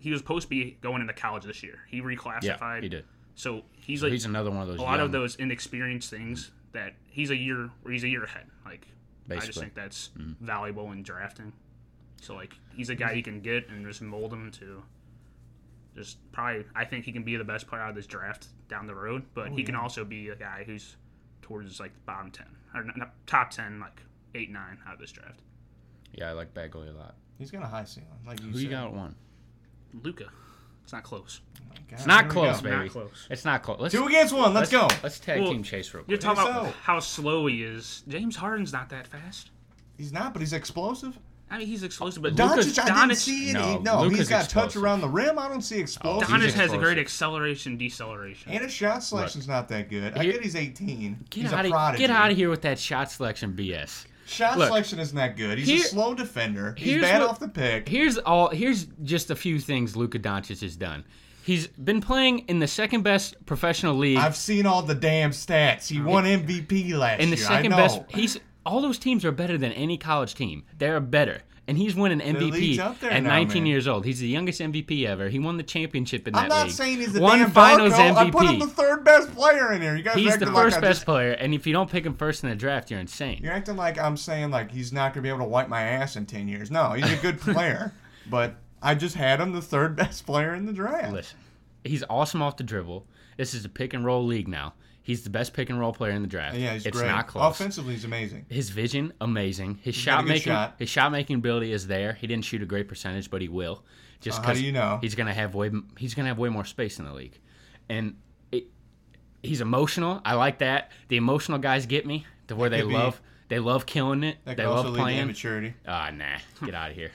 Speaker 4: he was supposed to be going into college this year. He reclassified.
Speaker 3: yeah, he did.
Speaker 4: So he's
Speaker 3: So
Speaker 4: like,
Speaker 3: he's another one of those.
Speaker 4: a lot of
Speaker 3: young-
Speaker 4: those inexperienced things that he's a year or he's a year ahead. Like I
Speaker 3: Basically.
Speaker 4: just
Speaker 3: Mm-hmm.
Speaker 4: think that's valuable in drafting. So like he's a guy you can get and just mold him to just probably I think he can be the best player out of this draft down the road,
Speaker 2: Oh,
Speaker 4: but he can also be a guy who's towards like the bottom ten or not, not- top ten, like eight nine out of this draft.
Speaker 3: Yeah, I like Bagley a lot.
Speaker 2: He's got a high ceiling, like you
Speaker 3: Who
Speaker 2: said.
Speaker 3: you got at one?
Speaker 4: Luca, it's not close.
Speaker 2: God,
Speaker 3: It's not
Speaker 2: here we
Speaker 3: close,
Speaker 2: go.
Speaker 3: baby.
Speaker 4: Not close.
Speaker 3: It's not close. Let's,
Speaker 2: Two against one. Let's, go.
Speaker 3: Let's tag
Speaker 4: Well,
Speaker 3: team chase real quick.
Speaker 4: You're talking about
Speaker 2: so.
Speaker 4: how slow he is. James Harden's not that fast.
Speaker 2: He's not, but he's explosive.
Speaker 4: I mean, he's explosive, but
Speaker 3: Doncic,
Speaker 4: Luka's-
Speaker 2: Doncic, I didn't
Speaker 4: Doncic-
Speaker 2: see it. No,
Speaker 3: No,
Speaker 2: no he's
Speaker 3: Luka's
Speaker 2: got touch
Speaker 3: explosive. Oh,
Speaker 2: around the rim. I don't see Oh, explosive.
Speaker 3: Doncic
Speaker 4: Donis has a
Speaker 3: explosive.
Speaker 4: great acceleration deceleration.
Speaker 2: and his shot selection's not that good. I
Speaker 3: Here-
Speaker 2: get he's 18.
Speaker 3: Get
Speaker 2: he's
Speaker 3: out,
Speaker 2: a
Speaker 3: of,
Speaker 2: prodigy.
Speaker 3: get out of here with that shot selection BS.
Speaker 2: Shot
Speaker 3: Look,
Speaker 2: selection isn't that good. He's
Speaker 3: here-
Speaker 2: a slow defender. He's
Speaker 3: here's
Speaker 2: bad
Speaker 3: what-
Speaker 2: off the pick.
Speaker 3: Here's all. Here's just a few things Luka Doncic has done. He's been playing in the second best professional league.
Speaker 2: I've seen all the damn stats. He won MVP last
Speaker 3: in the
Speaker 2: year.
Speaker 3: second
Speaker 2: I know.
Speaker 3: best. He's all those teams are better than any college team. They're better, and he's winning MVP
Speaker 2: league's up there
Speaker 3: at
Speaker 2: now,
Speaker 3: 19
Speaker 2: man.
Speaker 3: years old. He's the youngest MVP ever. He won the championship in that
Speaker 2: I'm not
Speaker 3: league.
Speaker 2: saying he's the
Speaker 3: One
Speaker 2: damn
Speaker 3: Finals
Speaker 2: Falco. I put him
Speaker 3: MVP.
Speaker 2: the third best player in here. You guys are
Speaker 3: he's the
Speaker 2: acting
Speaker 3: first
Speaker 2: like I
Speaker 3: best
Speaker 2: just-
Speaker 3: player, and if you don't pick him first in the draft, you're insane.
Speaker 2: You're acting like I'm saying like he's not gonna be able to wipe my ass in ten years. No, he's a good player, but I just had him the third best player in the draft.
Speaker 3: Listen, he's awesome off the dribble. This is a pick and roll league now. He's the best pick and roll player in the draft.
Speaker 2: yeah, he's
Speaker 3: it's
Speaker 2: great.
Speaker 3: not close.
Speaker 2: Offensively, he's amazing.
Speaker 3: His vision, amazing. His
Speaker 2: got a
Speaker 3: shot
Speaker 2: good
Speaker 3: making,
Speaker 2: shot.
Speaker 3: his shot making ability is there. He didn't shoot a great percentage, but he will. Just
Speaker 2: Uh, how do
Speaker 3: 'cause
Speaker 2: you know?
Speaker 3: he's gonna have way he's gonna have way more space in the league, and it, he's emotional. I like that. The emotional guys get me to where they
Speaker 2: could be-
Speaker 3: love they love killing it.
Speaker 2: That
Speaker 3: they
Speaker 2: could also
Speaker 3: love
Speaker 2: lead to
Speaker 3: playing.
Speaker 2: immaturity.
Speaker 3: Ah, nah, get out of here.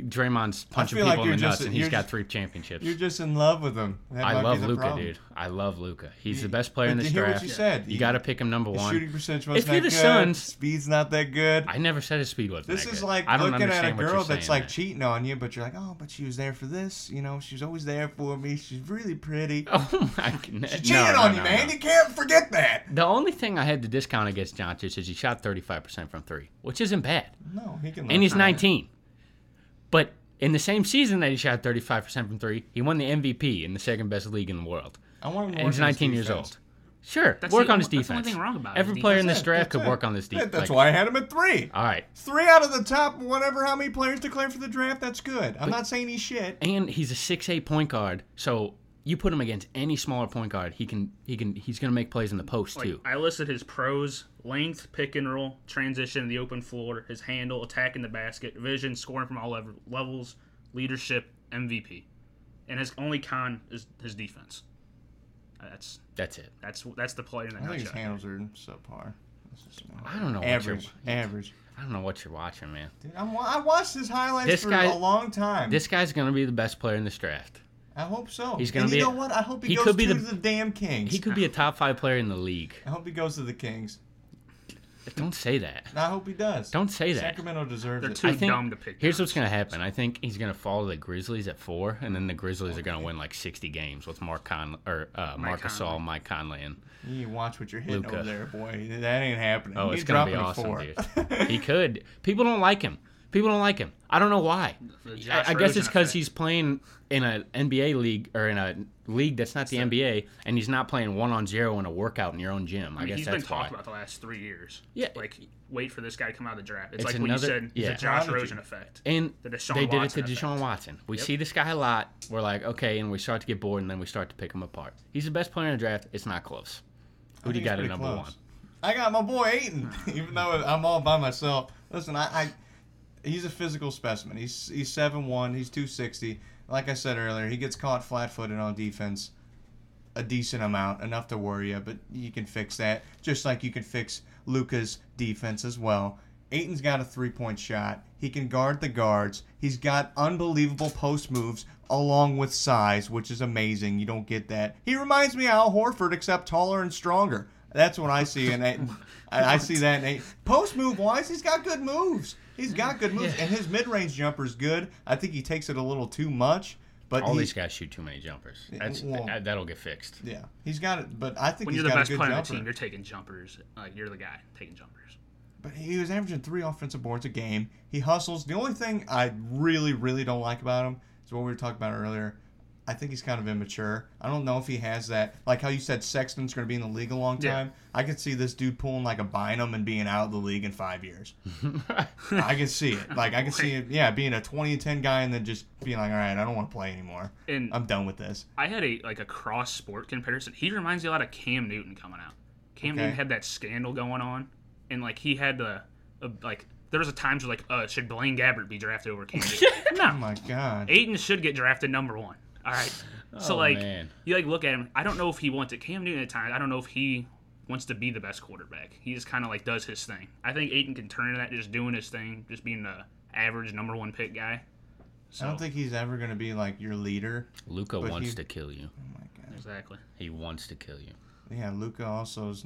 Speaker 3: Draymond's punching
Speaker 2: feel like
Speaker 3: people in
Speaker 2: you're
Speaker 3: the
Speaker 2: just-
Speaker 3: nuts, and he's
Speaker 2: you're
Speaker 3: got
Speaker 2: just-
Speaker 3: three championships.
Speaker 2: You're just in love with him. That might
Speaker 3: I
Speaker 2: be
Speaker 3: love
Speaker 2: the
Speaker 3: Luca,
Speaker 2: problem.
Speaker 3: dude. I love Luca. He's the best player in
Speaker 2: But
Speaker 3: this
Speaker 2: to hear what
Speaker 3: draft.
Speaker 2: you said,
Speaker 3: You
Speaker 2: he-
Speaker 3: got to pick him number
Speaker 2: His
Speaker 3: one.
Speaker 2: shooting percentage wasn't
Speaker 3: If you're
Speaker 2: that
Speaker 3: the
Speaker 2: good.
Speaker 3: Suns-
Speaker 2: Speed's not that good.
Speaker 3: I never said his speed was.
Speaker 2: This
Speaker 3: that
Speaker 2: is
Speaker 3: good.
Speaker 2: like
Speaker 3: I don't
Speaker 2: looking at a
Speaker 3: understand what you're
Speaker 2: girl that's
Speaker 3: saying
Speaker 2: like
Speaker 3: there.
Speaker 2: cheating on you, but you're like, oh, but she was there for this. You know, she's always there for me. She's really pretty.
Speaker 3: Oh my goodness!
Speaker 2: she cheated
Speaker 3: no, no,
Speaker 2: on you,
Speaker 3: no,
Speaker 2: man.
Speaker 3: no.
Speaker 2: You can't forget that.
Speaker 3: The only thing I had to discount against Doncic is he shot 35% from three, which isn't bad.
Speaker 2: No, he can.
Speaker 3: and he's
Speaker 2: learn.
Speaker 3: 19. But in the same season that he shot 35% from three, he won the MVP in the second best league in the world.
Speaker 2: I want him to
Speaker 3: And
Speaker 2: work
Speaker 3: he's
Speaker 2: on his
Speaker 3: 19 years
Speaker 2: defense.
Speaker 3: old. Sure,
Speaker 4: That's
Speaker 3: work
Speaker 4: the-
Speaker 3: on his defense.
Speaker 4: that's the only thing wrong about it,
Speaker 3: Every
Speaker 4: is
Speaker 3: player in
Speaker 4: defense.
Speaker 3: this draft could
Speaker 2: That's it.
Speaker 3: work on this Uh,
Speaker 2: Yeah,
Speaker 3: defense.
Speaker 2: That's why I had him at three.
Speaker 3: All right.
Speaker 2: Three out of the top, whatever, how many players declared for the draft, that's good. I'm not saying he's shit.
Speaker 3: And he's a 6'8 point guard, so you put him against any smaller point guard, he can he can he's going to make plays in the post
Speaker 4: Like,
Speaker 3: too.
Speaker 4: I listed his pros: length, pick and roll, transition, in the open floor, his handle, attacking the basket, vision, scoring from all lev- levels, leadership, MVP. And his only con is his defense. Uh, That's
Speaker 3: That's it.
Speaker 4: that's that's the player in that
Speaker 2: I think his
Speaker 4: nutshell.
Speaker 2: handles are subpar. That's just-
Speaker 3: I don't know what
Speaker 2: Average.
Speaker 3: you're-
Speaker 2: Average.
Speaker 3: I don't know what you're watching, man.
Speaker 2: Dude, I'm, wa- I watched his highlights
Speaker 3: This
Speaker 2: for
Speaker 3: guy-
Speaker 2: a long time.
Speaker 3: This guy's going to be the best player in this draft.
Speaker 2: I hope so.
Speaker 3: He's gonna
Speaker 2: and
Speaker 3: be
Speaker 2: You
Speaker 3: a-
Speaker 2: know what? I hope he,
Speaker 3: he
Speaker 2: goes
Speaker 3: could be
Speaker 2: to
Speaker 3: the-
Speaker 2: the, damn Kings.
Speaker 3: He could be a top 5 player in the league.
Speaker 2: I hope he goes to the Kings.
Speaker 3: Don't say that.
Speaker 2: I hope he does.
Speaker 3: Don't say that.
Speaker 2: Sacramento deserves
Speaker 4: They're
Speaker 2: it.
Speaker 4: too dumb to pick.
Speaker 3: Here's what's
Speaker 4: Doncic.
Speaker 3: gonna happen. I think he's gonna follow the Grizzlies at four, and then the Grizzlies are gonna win like 60 games with Mark Con or uh, Marc Gasol, Mike Conley, and
Speaker 2: You watch what you're hitting
Speaker 3: Luka.
Speaker 2: over there, boy. That ain't happening.
Speaker 3: oh,
Speaker 2: He's
Speaker 3: it's gonna be
Speaker 2: dropping a
Speaker 3: awesome,
Speaker 2: four.
Speaker 3: dude. he could. People don't like him. People don't like him. I don't know why.
Speaker 4: The
Speaker 3: I,
Speaker 4: Josh
Speaker 3: I guess
Speaker 4: Rosen
Speaker 3: it's because
Speaker 4: effect.
Speaker 3: he's playing in an NBA league or in a league that's not the NBA, and he's not playing one on zero in a workout in your own gym. I,
Speaker 4: I mean,
Speaker 3: guess
Speaker 4: he's been
Speaker 3: that's why.
Speaker 4: talked about the last three years.
Speaker 3: Yeah.
Speaker 4: Like, wait for this guy to come out of the draft.
Speaker 3: It's
Speaker 4: It's, like
Speaker 3: another-
Speaker 4: when you said
Speaker 3: yeah.
Speaker 4: the Josh
Speaker 2: Prodigy.
Speaker 4: Rosen effect.
Speaker 3: And
Speaker 4: The Deshaun
Speaker 3: they did
Speaker 4: Watson
Speaker 3: it to Deshaun
Speaker 4: effect.
Speaker 3: Watson. We see this guy a lot. We're like, okay, and we start to get bored, and then we start to pick him apart. He's the best player in the draft. It's not close. Who do you
Speaker 2: think
Speaker 3: got
Speaker 2: it's
Speaker 3: at
Speaker 2: pretty
Speaker 3: number
Speaker 2: close.
Speaker 3: one?
Speaker 2: I got my boy Aiton, even though I'm all by myself. Listen, I, I he's a physical specimen. He's he's seven one. He's two sixty. Like I said earlier, he gets caught flat footed on defense, a decent amount, enough to worry you. But you can fix that, just like you can fix Luca's defense as well. Aiton's got a three point shot. He can guard the guards. He's got unbelievable post moves along with size, which is amazing. You don't get that. He reminds me of Al Horford, except taller and stronger. That's what I see in Aiton. I I see that in Aiton. Post move wise, he's got good moves. He's got good moves, and his mid range jumper is good. I think he takes it a little too much, but
Speaker 3: All
Speaker 2: he-
Speaker 3: these guys shoot too many jumpers. That's
Speaker 2: well-
Speaker 3: that- that'll get fixed.
Speaker 2: yeah, he's got it. But I think
Speaker 4: When
Speaker 2: he's
Speaker 4: you're the
Speaker 2: got
Speaker 4: best
Speaker 2: a good
Speaker 4: player on the
Speaker 2: jumper.
Speaker 4: team, you're taking jumpers. Like, you're the guy taking jumpers.
Speaker 2: But he was averaging three offensive boards a game. He hustles. The only thing I really, really don't like about him is what we were talking about earlier. I think he's kind of immature. I don't know if he has that. Like how you said Sexton's going to be in the league a long
Speaker 4: Yeah.
Speaker 2: time. I could see this dude pulling like a Bynum and being out of the league in five years. I can see it. Like I can see it. Yeah, being a twenty and ten guy and then just being like, all right, I don't want to play anymore.
Speaker 4: And-
Speaker 2: I'm done with this.
Speaker 4: I had a like a cross sport comparison. He reminds me a lot of Cam Newton coming out. Cam
Speaker 2: Okay.
Speaker 4: Newton had that scandal going on, and like he had the a, like there was a times where like uh should Blaine Gabbert be drafted over Cam Newton?
Speaker 2: Oh
Speaker 4: no,
Speaker 2: my god.
Speaker 4: Aiden should get drafted number one. All right. So
Speaker 3: Oh,
Speaker 4: like
Speaker 3: man.
Speaker 4: you like look at him. I don't know if he wants it. Cam Newton at times. I don't know if he wants to be the best quarterback. He just kind of like does his thing. I think Aiden can turn into that just doing his thing, just being the average number one pick guy.
Speaker 2: I don't think he's ever going to be like your leader.
Speaker 3: Luca
Speaker 2: But
Speaker 3: wants
Speaker 2: he- Oh,
Speaker 3: to kill you.
Speaker 4: Exactly.
Speaker 3: He wants to kill you.
Speaker 2: Yeah, Luca also is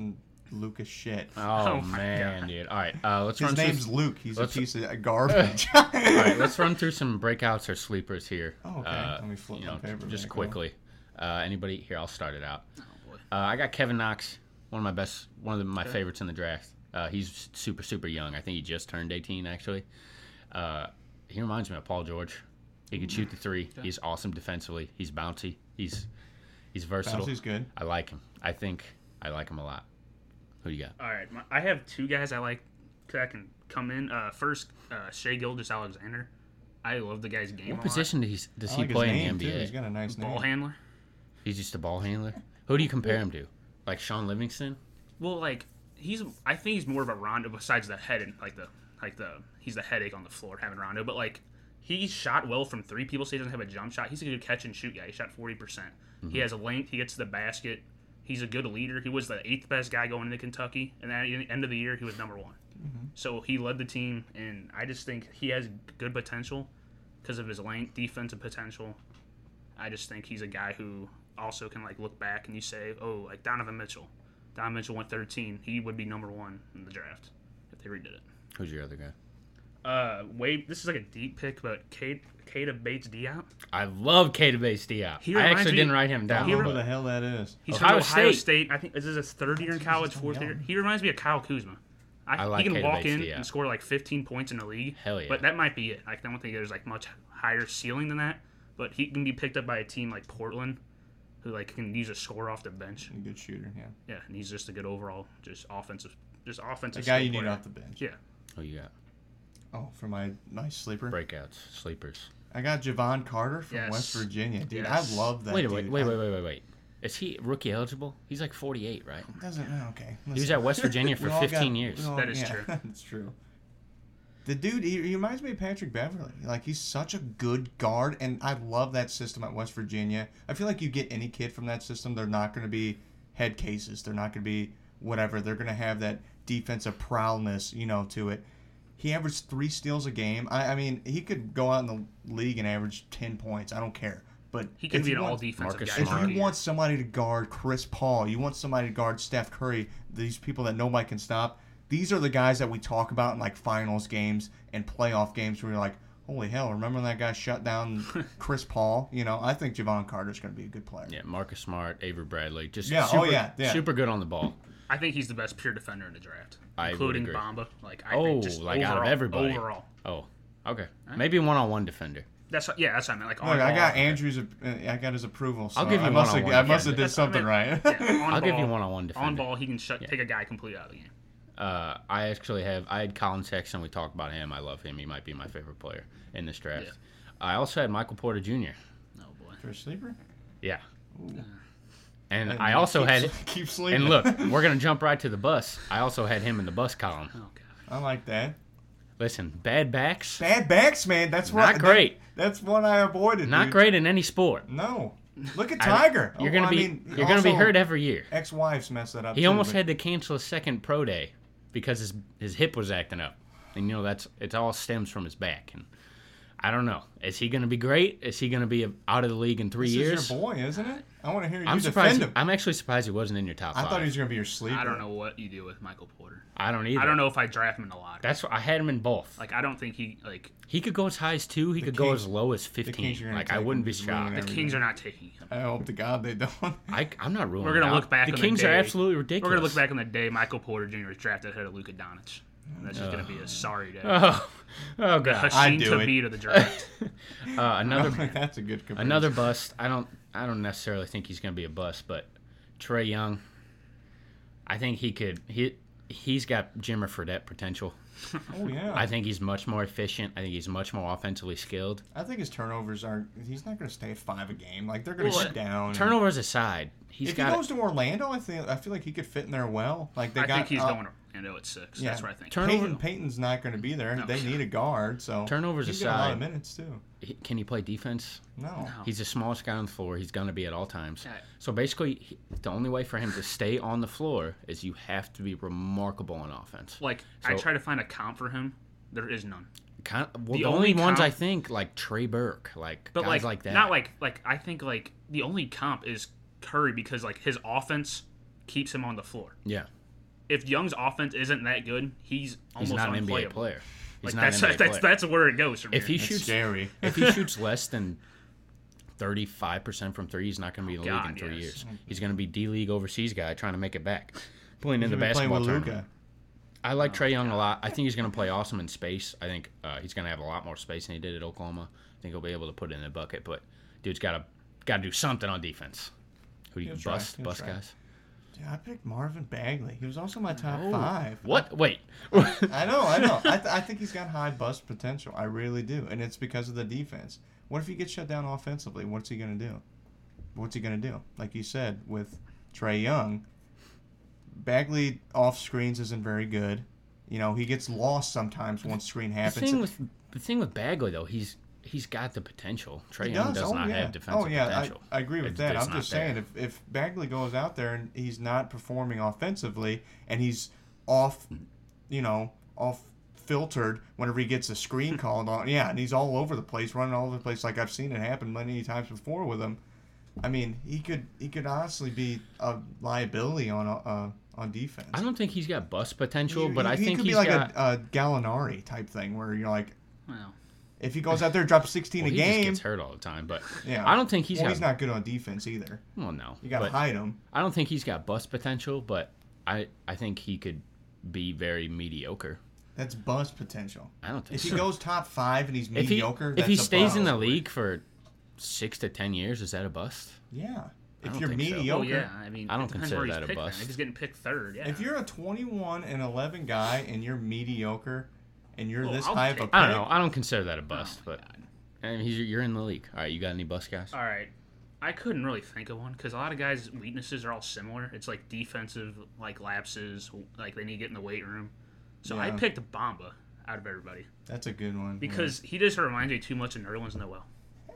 Speaker 2: Luca shit.
Speaker 3: Oh,
Speaker 4: Oh my
Speaker 3: man, dude. All right, uh, let's
Speaker 2: His
Speaker 3: run
Speaker 2: name's
Speaker 3: through.
Speaker 2: Luke. He's a
Speaker 3: let's-
Speaker 2: piece of garbage.
Speaker 3: All right, let's run through some breakouts or sleepers here.
Speaker 2: Oh, okay.
Speaker 3: Uh,
Speaker 2: Let me flip
Speaker 3: you
Speaker 2: my
Speaker 3: know,
Speaker 2: paper
Speaker 3: just
Speaker 2: back
Speaker 3: quickly. Uh, anybody here? I'll start it out. Uh, I got Kevin Knox, one of my best, one of the, my favorites in the draft. Uh, he's super, super young. I think he just turned 18, actually. Uh, he reminds me of Paul George. He can shoot the three. He's awesome defensively. He's bouncy. He's he's versatile.
Speaker 2: Bouncy's good.
Speaker 3: I like him. I think I like him a lot. Who you got?
Speaker 2: Uh,
Speaker 4: All right, my, I have two guys I like that can come in. Uh, first, uh, Shea Gilgis Alexander. I love the guy's game.
Speaker 3: What
Speaker 4: a
Speaker 3: position does he, does
Speaker 2: I
Speaker 3: he
Speaker 2: like his
Speaker 3: play in
Speaker 2: name,
Speaker 3: the
Speaker 2: too.
Speaker 3: NBA?
Speaker 2: He's got a nice
Speaker 4: lot. ball
Speaker 2: name.
Speaker 4: handler?
Speaker 3: He's just a ball handler. Who do you compare him to? Like Sean Livingston?
Speaker 4: Well, like he's, I think he's more of a Rondo besides the head and like the like the he's the headache on the floor having Rondo, but like he shot well from three. People say he doesn't have a jump shot. He's a good catch and shoot guy. He shot forty percent. He has a length. He gets to the basket. He's a good leader. He was the eighth best guy going into Kentucky, and then at the end of the year, he was number one. So he led the team, and I just think he has good potential. because of his length, defensive potential. I just think he's a guy who also can like look back and you say, oh, like Donovan Mitchell. Donovan Mitchell went 13. He would be number one in the draft if they redid it.
Speaker 3: Who's your other guy?
Speaker 4: Uh, Wade, this is like a deep pick, but Kate, Kate Bates Diop.
Speaker 3: I love Kate Base Diop.
Speaker 4: He
Speaker 3: I
Speaker 4: reminds
Speaker 3: actually
Speaker 4: me-
Speaker 3: didn't write him down.
Speaker 4: He
Speaker 2: Whatever
Speaker 3: but-
Speaker 2: the hell that is.
Speaker 4: He's
Speaker 3: Ohio
Speaker 4: from Ohio
Speaker 3: State.
Speaker 4: State. I think this is his third year in college, fourth year. He reminds me of Kyle Kuzma. I,
Speaker 3: I like
Speaker 4: he can
Speaker 3: Kade
Speaker 4: walk
Speaker 3: Bates,
Speaker 4: in
Speaker 3: yeah.
Speaker 4: and score like 15 points in the league.
Speaker 3: Hell yeah.
Speaker 4: But that might be it. Like, I don't think there's like much higher ceiling than that. But he can be picked up by a team like Portland, who like can use a score off the bench.
Speaker 2: A good shooter, yeah.
Speaker 4: Yeah, and he's just a good overall, just offensive, just
Speaker 2: A
Speaker 4: offensive.
Speaker 2: guy
Speaker 4: skill
Speaker 2: you need
Speaker 4: player.
Speaker 2: off the bench.
Speaker 4: Yeah,
Speaker 3: Who you got?
Speaker 2: Oh, for my nice sleeper.
Speaker 3: Breakouts, sleepers.
Speaker 2: I got Javon Carter from
Speaker 4: Yes.
Speaker 2: West Virginia. Dude,
Speaker 4: Yes.
Speaker 2: I love that
Speaker 3: wait,
Speaker 2: dude.
Speaker 3: wait, wait,
Speaker 2: I-
Speaker 3: wait, wait, wait, wait. Is he rookie eligible? He's like 48, right?
Speaker 2: Doesn't oh, okay.
Speaker 3: He was
Speaker 2: listen.
Speaker 3: at West Virginia
Speaker 2: We
Speaker 3: for
Speaker 2: all
Speaker 3: 15
Speaker 2: got-
Speaker 3: years.
Speaker 2: we all-
Speaker 4: That is
Speaker 2: yeah,
Speaker 4: true.
Speaker 2: That's true. The dude, he, he reminds me of Patrick Beverly. Like he's such a good guard, and I love that system at West Virginia. I feel like you get any kid from that system, they're not going to be head cases. They're not going to be whatever. They're going to have that defensive prowess, you know, to it. He averaged three steals a game. I, I mean, he could go out in the league and average ten points. I don't care. But
Speaker 4: he can
Speaker 2: if
Speaker 4: be
Speaker 2: you
Speaker 4: an
Speaker 2: want-
Speaker 4: all defensive
Speaker 3: Marcus
Speaker 4: guy.
Speaker 2: if
Speaker 3: Smart.
Speaker 2: you want somebody to guard Chris Paul, you want somebody to guard Steph Curry, these people that nobody can stop, these are the guys that we talk about in like finals games and playoff games where you're like, holy hell, remember when that guy shut down Chris Paul? You know, I think Javon Carter's going to be a good player.
Speaker 3: Yeah, Marcus Smart, Avery Bradley. Just
Speaker 2: Yeah, oh
Speaker 3: super,
Speaker 2: yeah, yeah.
Speaker 3: super good on the ball.
Speaker 4: I think he's the best pure defender in the draft,
Speaker 3: I would
Speaker 4: including
Speaker 3: agree.
Speaker 4: Bamba. Like, I
Speaker 3: oh,
Speaker 4: think just
Speaker 3: like
Speaker 4: overall,
Speaker 3: out of everybody.
Speaker 4: overall.
Speaker 3: Oh, okay. Maybe one on one defender.
Speaker 4: That's yeah, that's what I meant. Like, on
Speaker 2: Look, I
Speaker 4: ball.
Speaker 2: got Andrew's. uh, I got his approval. So
Speaker 3: I'll give you
Speaker 2: I must have,
Speaker 3: one-on-one
Speaker 2: I must have
Speaker 3: defender.
Speaker 2: did something right.
Speaker 4: Yeah, on
Speaker 3: I'll give
Speaker 4: ball-
Speaker 3: you one-on-one
Speaker 4: On
Speaker 3: defender.
Speaker 4: ball, he can shut take a guy completely out of the game.
Speaker 3: Uh, I actually have. I had Colin Sexton. We talked about him. I love him. He might be my favorite player in this draft. I also had Michael Porter Jr.
Speaker 4: Oh boy.
Speaker 2: For a sleeper.
Speaker 3: Yeah. And, I also
Speaker 2: keep,
Speaker 3: had.
Speaker 2: keep sleeping.
Speaker 3: And look, we're gonna jump right to the bus. I also had him in the bus column.
Speaker 4: Oh god.
Speaker 2: I like that.
Speaker 3: Listen, bad backs,
Speaker 2: Bad backs, man. That's what.
Speaker 3: Not
Speaker 2: that-
Speaker 3: great.
Speaker 2: that's what I avoided.
Speaker 3: not
Speaker 2: dude.
Speaker 3: great in any sport.
Speaker 2: No. Look at
Speaker 3: I-
Speaker 2: Tiger.
Speaker 3: You're
Speaker 2: Oh,
Speaker 3: gonna
Speaker 2: I
Speaker 3: be
Speaker 2: mean,
Speaker 3: you're gonna be
Speaker 2: also-
Speaker 3: hurt every year.
Speaker 2: ex-wives messed that up.
Speaker 3: He
Speaker 2: too,
Speaker 3: almost
Speaker 2: but
Speaker 3: had to cancel his second pro day because his his hip was acting up, and you know that's it all stems from his back. And I don't know, is he going to be great? Is he going to be out of the league in three
Speaker 2: this
Speaker 3: years?
Speaker 2: is your boy, isn't it? I want to hear you
Speaker 3: I'm
Speaker 2: defend
Speaker 3: surprised.
Speaker 2: him.
Speaker 3: I'm actually surprised he wasn't in your top
Speaker 2: I
Speaker 3: five.
Speaker 2: thought he was gonna be your sleeper.
Speaker 4: I don't know what you do with Michael Porter.
Speaker 3: I don't either.
Speaker 4: I don't know if I draft him in a lot.
Speaker 3: That's what I had him in both. Like
Speaker 4: like I don't think he like
Speaker 3: he could go as high as two. He could go
Speaker 2: Kings-
Speaker 3: as low as
Speaker 2: Kings
Speaker 3: fifteen.
Speaker 2: are gonna
Speaker 3: Like I
Speaker 2: take him
Speaker 3: wouldn't be
Speaker 2: just winging
Speaker 3: shocked.
Speaker 4: the
Speaker 2: Everything.
Speaker 4: Kings are not taking him.
Speaker 2: I hope to God they don't.
Speaker 3: I, I'm not ruling.
Speaker 4: We're
Speaker 3: it
Speaker 4: gonna
Speaker 3: out.
Speaker 4: look back.
Speaker 3: Oh, The
Speaker 4: on
Speaker 3: Kings
Speaker 4: the
Speaker 3: are
Speaker 4: day-
Speaker 3: absolutely ridiculous.
Speaker 4: We're gonna look back on the day Michael Porter Jr. was drafted ahead of Luka Doncic. And that's just gonna be a sorry day.
Speaker 3: Oh, oh god.
Speaker 2: I'd
Speaker 4: Hashim
Speaker 2: do it.
Speaker 4: Tabit of the draft.
Speaker 3: Uh, another
Speaker 2: That's a good comparison.
Speaker 3: Another bust. I don't. I don't necessarily think he's going to be a bust, but Trey Young. I think he could. He he's got Jimmer Fredette potential.
Speaker 2: Oh yeah. I
Speaker 3: I
Speaker 2: think,
Speaker 3: think he's much more efficient. I think he's much more offensively skilled.
Speaker 2: his turnovers are. He's not gonna stay at five a game. Like they're gonna
Speaker 4: Well,
Speaker 2: sit down. and-
Speaker 3: Turnovers aside, he's
Speaker 2: If he
Speaker 3: got.
Speaker 2: goes to Orlando, I think I feel like he could fit in there well. Like they
Speaker 4: I
Speaker 2: got.
Speaker 4: think he's
Speaker 2: uh,
Speaker 4: going to Orlando at six.
Speaker 2: yeah.
Speaker 4: That's what I think.
Speaker 3: Turn-
Speaker 2: Peyton,
Speaker 3: Turnover-
Speaker 2: Peyton's not going to be there.
Speaker 4: No.
Speaker 2: they need a guard, so
Speaker 3: Turnovers
Speaker 2: he's got a lot
Speaker 3: aside-
Speaker 2: of minutes too.
Speaker 3: he- can he play defense?
Speaker 2: No,
Speaker 3: Oh. He's the smallest guy on the floor. He's going to be at all times.
Speaker 4: Yeah.
Speaker 3: So basically, he, the only way for him to stay on the floor is you have to be remarkable on offense.
Speaker 4: Like I
Speaker 3: So-
Speaker 4: try to find a comp for him. There is none.
Speaker 3: Kind well,
Speaker 4: The
Speaker 3: the, only,
Speaker 4: only
Speaker 3: ones
Speaker 4: com-
Speaker 3: I think like Trey Burke, like
Speaker 4: But
Speaker 3: guys
Speaker 4: like,
Speaker 3: like, that.
Speaker 4: not like like I think like the only comp is Curry because like his offense keeps him on the floor.
Speaker 3: yeah.
Speaker 4: If Young's offense isn't that good, he's
Speaker 3: He's
Speaker 4: almost
Speaker 3: not an
Speaker 4: unplayable.
Speaker 3: NBA player. He's
Speaker 4: Like
Speaker 3: not
Speaker 4: that's
Speaker 3: an NBA
Speaker 4: that's,
Speaker 3: player.
Speaker 4: that's where it goes. From
Speaker 3: if he
Speaker 4: here.
Speaker 2: it's
Speaker 3: shoots
Speaker 2: scary.
Speaker 3: if he shoots less than 35% from three, he's not going to be in the league
Speaker 4: Oh, God,
Speaker 3: in three
Speaker 4: yes.
Speaker 3: years. He's going to be D League overseas guy trying to make it back, playing in the
Speaker 2: He's gonna be playing
Speaker 3: basketball
Speaker 2: with
Speaker 3: tournament.
Speaker 2: Luka.
Speaker 3: I like
Speaker 2: Oh,
Speaker 3: Trey Young a lot. I think he's going to play awesome in space. I think uh, he's going to have a lot more space than he did at Oklahoma. I think he'll be able to put it in the bucket, but dude's got to got to do something on defense. Who do you
Speaker 2: He'll try.
Speaker 3: bust?
Speaker 2: He'll
Speaker 3: Bust
Speaker 2: try.
Speaker 3: guys?
Speaker 2: Dude, I picked Marvin Bagley. He was also my top five.
Speaker 3: What? Wait.
Speaker 2: I know, I know. I, th- I think he's got high bust potential. I really do, and it's because of the defense. What if he gets shut down offensively? What's he gonna do? What's he gonna do? Like you said, with Trey Young, Bagley off screens isn't very good. You know, he gets lost sometimes once screen
Speaker 3: the
Speaker 2: happens.
Speaker 3: thing with the thing with Bagley though, he's he's got the potential. Trey Young does, not have defensive
Speaker 2: oh, yeah.
Speaker 3: potential.
Speaker 2: I, I agree with
Speaker 3: It's-
Speaker 2: that.
Speaker 3: it's
Speaker 2: I'm
Speaker 3: not
Speaker 2: just
Speaker 3: there.
Speaker 2: saying, if, if Bagley goes out there and he's not performing offensively and he's off, you know, off filtered whenever he gets a screen called on. Yeah, and he's all over the place, running all over the place, like I've seen it happen many times before with him. I mean, he could he could honestly be a liability on uh, on defense.
Speaker 3: I don't think he's got bust potential,
Speaker 2: He-
Speaker 3: but
Speaker 2: he,
Speaker 3: I
Speaker 2: he
Speaker 3: think
Speaker 2: could
Speaker 3: he's
Speaker 2: be like
Speaker 3: got.
Speaker 2: a, a Gallinari type thing, where you're like,
Speaker 4: Well,
Speaker 2: if he goes out there, drops 16
Speaker 3: well,
Speaker 2: a
Speaker 3: he
Speaker 2: game.
Speaker 3: just gets hurt all the time, but
Speaker 2: Yeah,
Speaker 3: I don't think he's
Speaker 2: well,
Speaker 3: got.
Speaker 2: he's not good on defense either.
Speaker 3: well, no,
Speaker 2: You gotta
Speaker 3: but
Speaker 2: hide him.
Speaker 3: I don't think he's got bust potential, but I I think he could be very mediocre.
Speaker 2: That's bust potential.
Speaker 3: I don't think
Speaker 2: If he
Speaker 3: so.
Speaker 2: goes top five and he's
Speaker 3: If he
Speaker 2: mediocre,
Speaker 3: if he
Speaker 2: that's a
Speaker 3: stays in
Speaker 2: bust.
Speaker 3: the league for six to ten years, is that a bust?
Speaker 2: yeah.
Speaker 3: I
Speaker 2: If
Speaker 3: don't
Speaker 2: you're
Speaker 3: think so. Oh,
Speaker 2: mediocre,
Speaker 4: well, yeah. I mean,
Speaker 3: I don't
Speaker 4: it depends
Speaker 3: consider
Speaker 4: where he's
Speaker 3: that a
Speaker 4: picked then.
Speaker 3: bust.
Speaker 4: If he's getting picked third, yeah.
Speaker 2: If you're a 21 and 11 guy and you're mediocre and you're
Speaker 4: Well,
Speaker 2: this
Speaker 4: I'll
Speaker 2: high of a
Speaker 4: take-
Speaker 2: pick,
Speaker 3: Oh, I don't know. I don't consider that a bust, but I mean, he's, you're in the league. All right, you got any bust guys?
Speaker 4: all right, I couldn't really think of one because a lot of guys' weaknesses are all similar. It's like defensive, like lapses, like they need to get in the weight room. So I
Speaker 2: Yeah.
Speaker 4: picked Bamba out of everybody
Speaker 2: that's a good one.
Speaker 4: because he just reminds me too much of Nerlens Noel.
Speaker 2: yeah.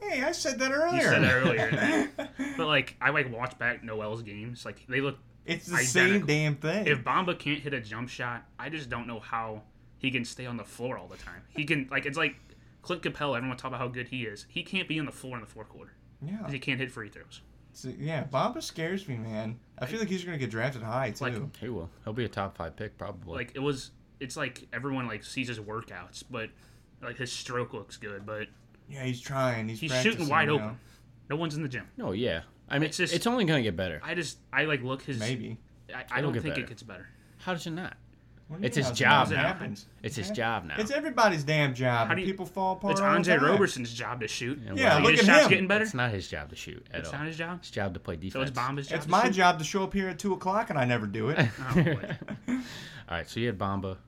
Speaker 2: hey, I said that
Speaker 4: You
Speaker 2: earlier.
Speaker 4: said that earlier, but like I like watch back Noel's games. Like they look.
Speaker 2: It's the same
Speaker 4: identical.
Speaker 2: damn thing.
Speaker 4: If Bamba can't hit a jump shot, I just don't know how he can stay on the floor all the time. He can like it's like Clint Capella. Everyone talk about how good he is. He can't be on the floor in the fourth quarter because
Speaker 2: yeah,
Speaker 4: he can't hit free throws.
Speaker 2: So, yeah. Bamba scares me, man. I feel like he's gonna get drafted high too.
Speaker 4: Like-
Speaker 3: He will. He'll be a top five pick probably.
Speaker 4: Like it was. It's like everyone like sees his workouts, but like his stroke looks good, but
Speaker 2: yeah, he's trying. He's,
Speaker 4: he's
Speaker 2: practicing,
Speaker 4: shooting wide
Speaker 2: you
Speaker 4: open.
Speaker 2: know?
Speaker 4: No one's in the gym.
Speaker 3: no, yeah. I mean,
Speaker 4: It's
Speaker 3: it's,
Speaker 4: just-
Speaker 3: only gonna get better.
Speaker 4: I just I like look his.
Speaker 2: Maybe.
Speaker 4: I, I
Speaker 3: It'll
Speaker 4: don't
Speaker 3: get
Speaker 4: think it
Speaker 3: better.
Speaker 4: gets better.
Speaker 3: How does it not?
Speaker 2: What do you
Speaker 3: It's
Speaker 2: mean
Speaker 3: his
Speaker 2: how's it
Speaker 3: job
Speaker 2: not?
Speaker 3: now.
Speaker 2: It happens.
Speaker 3: It's his
Speaker 2: Yeah.
Speaker 3: job now.
Speaker 2: It's everybody's damn job.
Speaker 4: How do you-
Speaker 2: People fall apart.
Speaker 4: It's
Speaker 2: all the
Speaker 4: Andre
Speaker 2: time.
Speaker 4: Roberson's job to shoot.
Speaker 2: Yeah,
Speaker 4: Like,
Speaker 2: look
Speaker 4: his
Speaker 2: at
Speaker 4: shots
Speaker 2: him.
Speaker 4: getting better.
Speaker 3: It's not his job to shoot at
Speaker 4: It's
Speaker 3: all.
Speaker 4: not his job?
Speaker 3: It's job to play defense.
Speaker 4: So it's Bomba's job.
Speaker 2: It's
Speaker 4: to
Speaker 2: my
Speaker 4: shoot?
Speaker 2: job to show up here at two o'clock, and I never do it.
Speaker 4: Oh, boy.
Speaker 3: All right, so you had Bomba.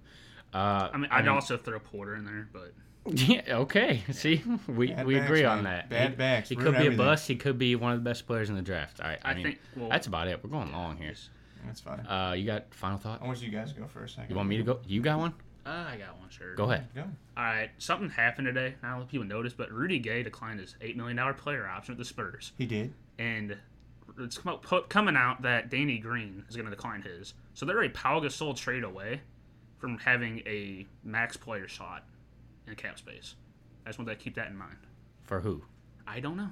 Speaker 3: Uh,
Speaker 4: I mean, I'd also throw Porter in there, but
Speaker 3: yeah, okay. See, we,
Speaker 2: Bad
Speaker 3: we
Speaker 2: backs,
Speaker 3: agree on
Speaker 2: man.
Speaker 3: that.
Speaker 2: Bad
Speaker 3: he,
Speaker 2: backs,
Speaker 3: He
Speaker 2: ruin
Speaker 3: could be
Speaker 2: everything.
Speaker 3: a bust. He could be one of the best players in the draft. All right, I,
Speaker 4: I
Speaker 3: mean,
Speaker 4: think, well-
Speaker 3: that's about it. We're going long here.
Speaker 2: That's fine.
Speaker 3: Uh, you got final thought?
Speaker 2: I want you guys to go for a second.
Speaker 3: You want me to go? You got one?
Speaker 4: uh, I got one sure.
Speaker 3: Go ahead.
Speaker 2: Go.
Speaker 4: All right, something happened today. Not a lot of people noticed, but Rudy Gay declined his eight million dollar player option with the Spurs,
Speaker 2: He did.
Speaker 4: and it's come out, pu- coming out that Danny Green is going to decline his. So they're a Pau Gasol trade away from having a max player shot in cap space. I just want to keep that in mind.
Speaker 3: For who?
Speaker 4: I don't know,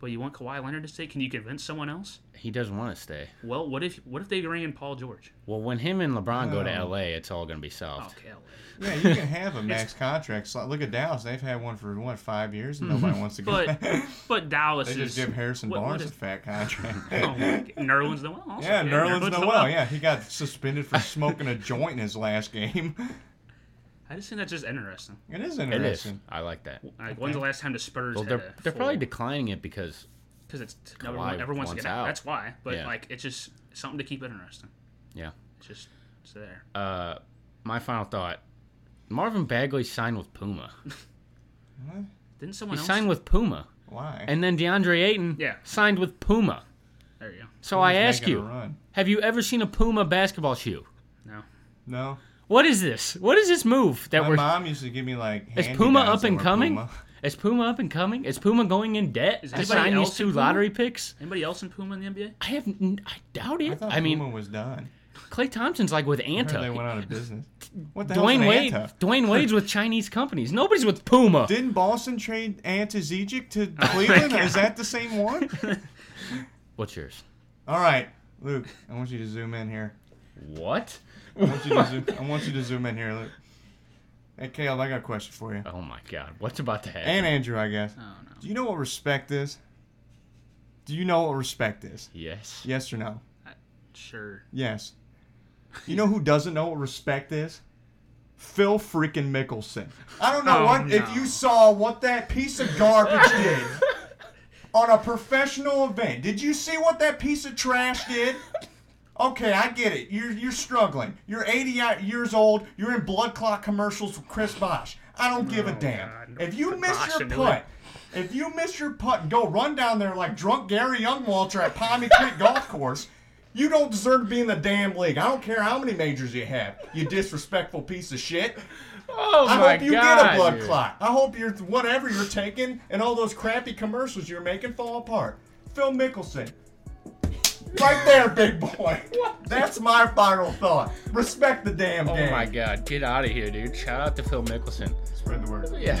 Speaker 4: but you want Kawhi Leonard to stay? Can you convince someone else?
Speaker 3: He doesn't want to stay.
Speaker 4: Well, what if what if they bring in Paul George? Oh,
Speaker 3: Well, when him and LeBron go
Speaker 2: Oh.
Speaker 3: to LA, it's all going to be solved.
Speaker 4: Okay, LA.
Speaker 2: Yeah, you can have a max contract. So look at Dallas; they've had one for what five years, and nobody wants to go.
Speaker 4: Mm-hmm. But but Dallas
Speaker 2: they
Speaker 4: is
Speaker 2: just give Harrison
Speaker 4: what- what
Speaker 2: Barnes
Speaker 4: is-
Speaker 2: a fat contract.
Speaker 4: oh, Nerlens Noel. Also.
Speaker 2: yeah, Nerlens Noel. Yeah, he got suspended for smoking a joint in his last game.
Speaker 4: I just think that's just interesting.
Speaker 2: It is
Speaker 3: It is.
Speaker 2: interesting.
Speaker 3: I like that.
Speaker 4: Like, when's the last time the Spurs?
Speaker 3: Well, they're they're probably declining it because
Speaker 4: because it's
Speaker 3: Kawhi
Speaker 4: everyone, everyone's
Speaker 3: wants
Speaker 4: getting out.
Speaker 3: out.
Speaker 4: That's why. But
Speaker 3: Yeah.
Speaker 4: like, it's just something to keep it interesting.
Speaker 3: yeah.
Speaker 4: It's just it's there.
Speaker 3: Uh, my final thought: Marvin Bagley signed with Puma.
Speaker 4: Didn't someone
Speaker 3: He
Speaker 4: else?
Speaker 3: signed with Puma,
Speaker 2: Why?
Speaker 3: and then DeAndre Ayton
Speaker 4: Yeah.
Speaker 3: signed with Puma.
Speaker 4: there you go.
Speaker 3: So I
Speaker 2: He's
Speaker 3: ask
Speaker 2: making a
Speaker 3: you:
Speaker 2: run.
Speaker 3: Have you ever seen a Puma basketball shoe?
Speaker 4: No,
Speaker 2: No,
Speaker 3: What is this? What is this move that
Speaker 2: my
Speaker 3: we're?
Speaker 2: mom used to give me like.
Speaker 3: Is
Speaker 2: hand-me-downs
Speaker 3: Puma up
Speaker 2: that
Speaker 3: and
Speaker 2: were
Speaker 3: coming?
Speaker 2: Puma.
Speaker 3: Is Puma up and coming? Is Puma going in debt
Speaker 4: Is
Speaker 3: to
Speaker 4: anybody
Speaker 3: sign these
Speaker 4: else in
Speaker 3: two
Speaker 4: Puma?
Speaker 3: lottery picks?
Speaker 4: anybody else in Puma in the NBA?
Speaker 3: I have, n- I doubt
Speaker 2: I
Speaker 3: it.
Speaker 2: thought
Speaker 3: I, mean,
Speaker 2: Puma was done.
Speaker 3: Clay Thompson's like with
Speaker 2: I heard they went
Speaker 3: Anta.
Speaker 2: out of business. What the hell?
Speaker 3: Dwayne Wade, Dwayne Wade's with Chinese companies. Nobody's with Puma.
Speaker 2: Didn't Boston trade Anta Zizic
Speaker 3: Oh
Speaker 2: to Cleveland? Is that the same one?
Speaker 3: What's yours?
Speaker 2: All right, Luke. I want you to zoom in here.
Speaker 3: What?
Speaker 2: I want you to zoom, I want you to zoom in here. Look. Hey, Caleb, I got a question for you.
Speaker 3: Oh my God! What's about to happen?
Speaker 2: And Andrew, I guess.
Speaker 4: Oh no.
Speaker 2: Do you know what respect is? Do you know what respect is?
Speaker 3: yes.
Speaker 2: Yes or no?
Speaker 4: Sure.
Speaker 2: Yes. You know who doesn't know what respect is? Phil freaking Mickelson. I don't know
Speaker 4: Oh,
Speaker 2: what
Speaker 4: no.
Speaker 2: if you saw what that piece of garbage did on a professional event. Did you see what that piece of trash did? Okay, I get it. You're you're struggling. You're 80 out- years old. You're in blood clot commercials with Chris Bosh. I don't give a damn.
Speaker 4: Oh, God,
Speaker 2: if you
Speaker 4: put
Speaker 2: miss
Speaker 4: Bosh
Speaker 2: your
Speaker 4: into
Speaker 2: putt,
Speaker 4: it.
Speaker 2: if you miss your putt and go run down there like drunk Gary Youngwalter at Palmy Creek Golf Course, you don't deserve to be in the damn league. I don't care how many majors you have. You disrespectful piece of shit.
Speaker 3: Oh
Speaker 2: I
Speaker 3: my
Speaker 2: hope you
Speaker 3: God!
Speaker 2: get a blood
Speaker 3: dude.
Speaker 2: clot. I hope you're whatever you're taking and all those crappy commercials you're making fall apart. Phil Mickelson, Right there, big boy. That's my final thought. Respect the damn
Speaker 3: Oh
Speaker 2: game.
Speaker 3: my god, get out of here, dude. Shout out to Phil Mickelson.
Speaker 2: Spread the word.
Speaker 3: Yeah.